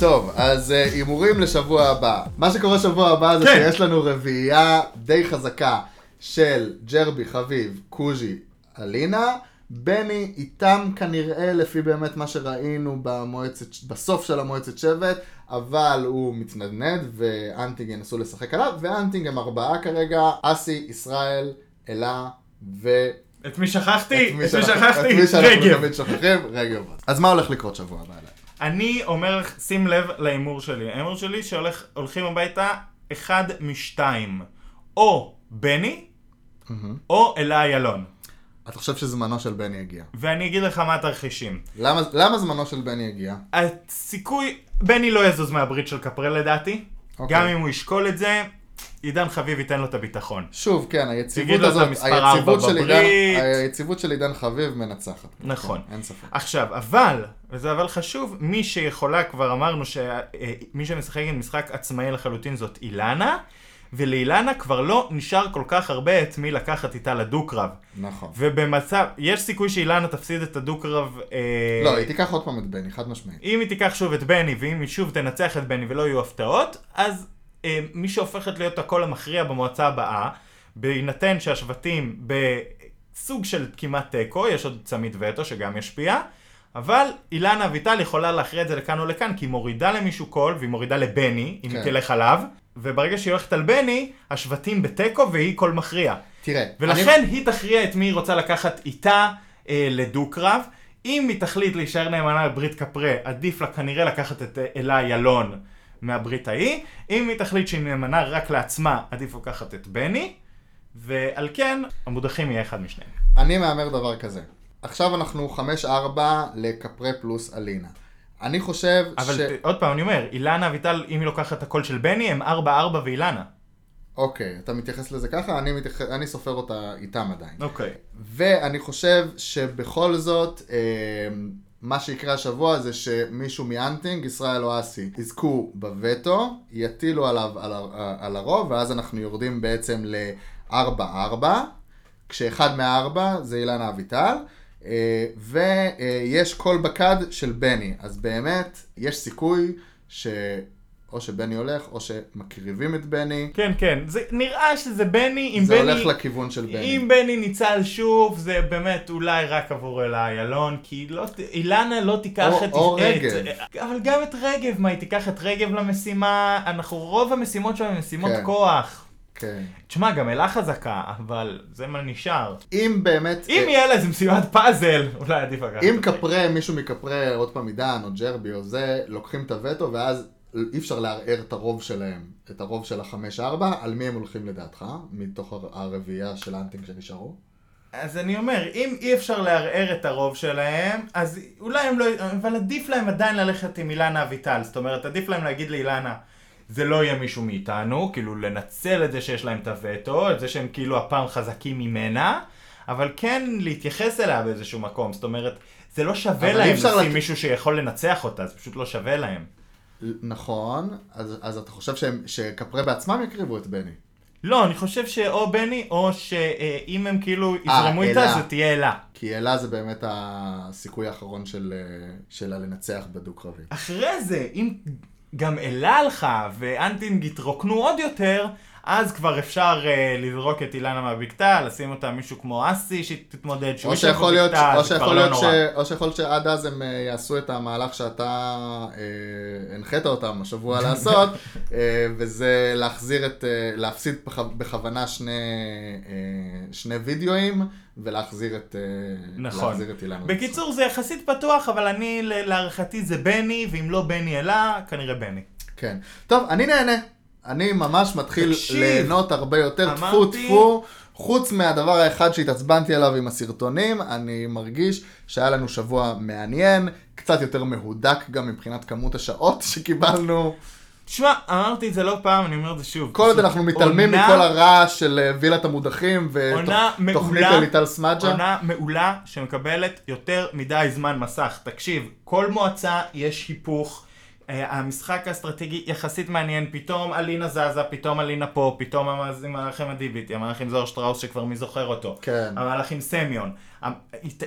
טוב, אז אה, הימורים לשבוע הבא. מה שקורה שבוע הבא זה כן. שיש לנו רביעייה די חזקה של ג'רבי, חביב, קוז'י, אלינה. בני איתם כנראה לפי באמת מה שראינו במועצת, בסוף של המועצת שבט, אבל הוא מתנדנד ואנטינג ינסו לשחק עליו, ואנטינג הם ארבעה כרגע, אסי, ישראל, אלה ו... את מי שכחתי? את את מי מי שאנחנו- שכחתי? את מי שאנחנו רגב. תמיד שוכחים, רגב. אז מה הולך לקרות שבוע הבא? אלה? אני אומר, שים לב להימור שלי. ההימור שלי שהולכים הביתה אחד משתיים. או בני, או אלה איילון. אתה חושב שזמנו של בני יגיע. ואני אגיד לך מה התרחישים. למה, למה זמנו של בני יגיע? הסיכוי, בני לא יזוז מהברית של קפרל לדעתי. אוקיי. גם אם הוא ישקול את זה, עידן חביב ייתן לו את הביטחון. שוב, כן, תגיד היציבות לו את הזאת, המספר היציבות ארבע של, עידן, בברית. היציבות של עידן חביב מנצחת. כן, נכון. אין ספק. עכשיו, אבל, וזה אבל חשוב, מי שיכולה, כבר אמרנו אה, שמי שמשחקת משחק עצמאי לחלוטין זאת אילנה, ולאילנה כבר לא נשאר כל כך הרבה את מי לקחת איתה לדו-קרב. נכון. ובמצב, יש סיכוי שאילנה תפסיד את הדו-קרב... אה, לא, היא תיקח עוד פעם את בני, חד משמעית. אם היא תיקח שוב את בני, ואם היא שוב תנצח את בני ולא יהיו הפתעות, אז אה, מי שהופכת להיות הקול המכריע במועצה הבאה, בהינתן שהשבטים בסוג של כמעט תיקו, יש עוד צמית וטו שגם ישפיע, אבל אילנה אביטל יכולה להכריע את זה לכאן או לכאן, כי היא מורידה למישהו קול, והיא מורידה לבני, אם כן. היא תלך עליו, וברגע שהיא הולכת על בני, השבטים בתיקו והיא קול מכריע. תראה, ולכן היא תכריע את מי היא רוצה לקחת איתה אה, לדו-קרב. אם היא תחליט להישאר נאמנה לברית קפרה, עדיף לה כנראה לקחת את אה, אלה ילון מהברית ההיא. אם היא תחליט שהיא נאמנה רק לעצמה, עדיף לקחת את בני. ועל כן, המודחים יהיה אחד משניהם. אני מהמר דבר כזה. עכשיו אנחנו 5-4 לקפרה פלוס אלינה. אני חושב אבל ש... ש... עוד פעם, אני אומר, אילנה אביטל, אם היא לוקחת את הקול של בני, הם 4-4 ואילנה. אוקיי, אתה מתייחס לזה ככה, אני, מתייח... אני סופר אותה איתם עדיין. אוקיי. ואני חושב שבכל זאת, אה, מה שיקרה השבוע זה שמישהו מאנטינג, ישראל או אסי, יזכו בווטו, יטילו עליו על, ה- על הרוב, ואז אנחנו יורדים בעצם ל-4-4, כשאחד מהארבע זה אילנה אביטל. אה, ויש קול בקד של בני, אז באמת יש סיכוי שאו שבני הולך או שמקריבים את בני, כן, כן. זה נראה שזה בני, אם זה בני... הולך לכיוון של בני. אם בני ניצל שוב, זה באמת אולי רק עבור אלה איילון, כי לא, ת- אילנה לא תיקח או- את... או את- רגב. אבל גם את רגב, מה, היא תיקח את רגב למשימה? אנחנו, רוב המשימות שלנו הן משימות כן. כוח. כן. תשמע, גם אלה חזקה, אבל זה מה נשאר. אם באמת... אם יהיה לה איזה משימת פאזל, אולי עדיף לקחת אה, אם את רגב. קפרה, מישהו מקפרה, עוד פעם עידן או ג'רבי או זה, לוקחים את הווטו ואז אי אפשר לערער את הרוב שלהם, את הרוב של החמש-ארבע, על מי הם הולכים לדעתך? מתוך הר- הרביעייה של האנטים שנשארו? אז אני אומר, אם אי אפשר לערער את הרוב שלהם, אז אולי הם לא... אבל עדיף להם עדיין ללכת עם אילנה אביטל. זאת אומרת, עדיף להם להגיד לאילנה, זה לא יהיה מישהו מאיתנו, כאילו לנצל את זה שיש להם את הווטו, את זה שהם כאילו הפעם חזקים ממנה, אבל כן להתייחס אליה באיזשהו מקום. זאת אומרת, זה לא שווה אבל אי להם אפשר לשים לת- מישהו שיכול לנצח אותה, זה פשוט לא שווה להם. ל- נכון, אז, אז אתה חושב שהם, שקפרה בעצמם יקריבו את בני. לא, אני חושב שאו בני, או שאם הם כאילו אה, יזרמו איתה, אלה. זה תהיה אלה. כי אלה זה באמת הסיכוי האחרון של, אה, שלה לנצח בדו-קרבי. אחרי זה, אם גם אלה הלכה ואנטינג התרוקנו עוד יותר, אז כבר אפשר uh, לזרוק את אילנה מהבקתה, לשים אותה מישהו כמו אסי שתתמודד, שהוא או ישב שיכול להיות, בבקתה, או זה שיכול כבר לא להיות, ש... נורא. או שיכול להיות שעד אז הם אה, יעשו את המהלך שאתה אה, הנחית אותם השבוע לעשות, אה, וזה להחזיר את, אה, להפסיד בכ... בכוונה שני, אה, שני וידאוים, ולהחזיר את, אה, נכון. להחזיר את אילן. בקיצור, זה יחסית פתוח, אבל אני, ל- להערכתי זה בני, ואם לא בני אלה, כנראה בני. כן. טוב, אני נהנה. אני ממש מתחיל תקשיב, ליהנות הרבה יותר, טפו אמרתי- טפו. חוץ מהדבר האחד שהתעצבנתי עליו עם הסרטונים, אני מרגיש שהיה לנו שבוע מעניין, קצת יותר מהודק גם מבחינת כמות השעות שקיבלנו. תשמע, אמרתי את זה לא פעם, אני אומר את זה שוב. כל עוד פשוט אנחנו מתעלמים עונה- מכל הרעש של אה, וילת המודחים עונה ותוכנית מעולה. לליטל סמדג'ה. עונה מעולה שמקבלת יותר מדי זמן מסך. תקשיב, כל מועצה יש היפוך. אה, המשחק האסטרטגי יחסית מעניין, פתאום אלינה זזה, פתאום אלינה פה, פתאום המאז- המהלך עם הדיביטי, המהלך עם זוהר שטראוס שכבר מי זוכר אותו, כן. המהלך עם סמיון. המ-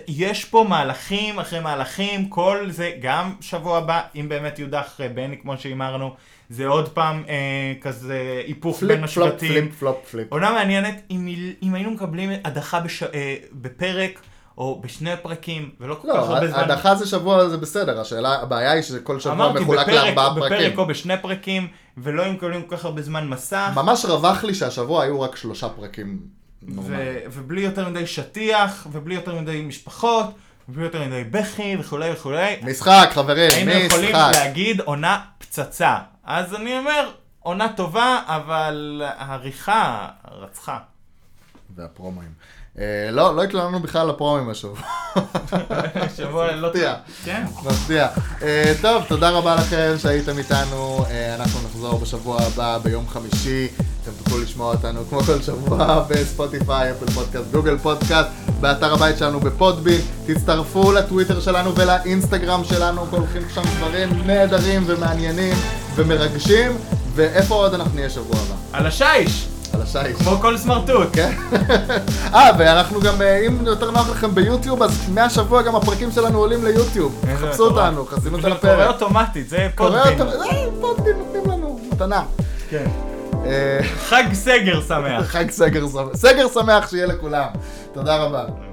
יש פה מהלכים אחרי מהלכים, כל זה גם שבוע הבא, אם באמת יודח אה, בני כמו שהימרנו, זה עוד פעם אה, כזה היפוך בין פליפ פלופ השבטים. פליפ פלופ פליפ. עונה מעניינת, אם, היא- אם היינו מקבלים הדחה בש, אה, בפרק, או בשני פרקים, ולא כל כך לא, הרבה זמן. הדחה זה שבוע זה בסדר, השאלה, הבעיה היא שכל שבוע אמרתי, מחולק בפרק, לארבעה בפרק פרקים. או בשני פרקים, ולא היינו מקבלים כל כך הרבה זמן מסך. ממש רווח לי שהשבוע היו רק שלושה פרקים ו- ובלי יותר מדי שטיח, ובלי יותר מדי משפחות, ובלי יותר מדי בכי וכולי וכולי. משחק, חברים, היינו יכולים משחק. להגיד עונה פצצה. אז אני אומר, עונה טובה, אבל העריכה רצחה. והפרומואים. אה, לא, לא התלוננו בכלל על הפרומואים השבוע. שבוע לא מפתיע. כן. מפתיע. אה, טוב, תודה רבה לכם שהייתם איתנו. אה, אנחנו נחזור בשבוע הבא ביום חמישי. אתם תוכלו לשמוע אותנו כמו כל שבוע בספוטיפיי, אפל פודקאסט, גוגל פודקאסט, באתר הבית שלנו בפודבין. תצטרפו לטוויטר שלנו ולאינסטגרם שלנו, הולכים שם דברים נהדרים ומעניינים ומרגשים. ואיפה עוד אנחנו נהיה שבוע הבא? על השיש, על השיש. כמו כל סמרטוט. כן? אה, ואנחנו גם, אה, אם יותר נוח לכם ביוטיוב, אז מהשבוע גם הפרקים שלנו עולים ליוטיוב. איזה חפשו מטורף. אותנו, חסינות על זה קורה הפרק. אוטומטית, זה קורא פודבין. אותנו, אה, פודבין נותנים לנו, מתנה. כן. אה, חג סגר שמח. חג סגר שמח, סגר שמח שיהיה לכולם. תודה רבה.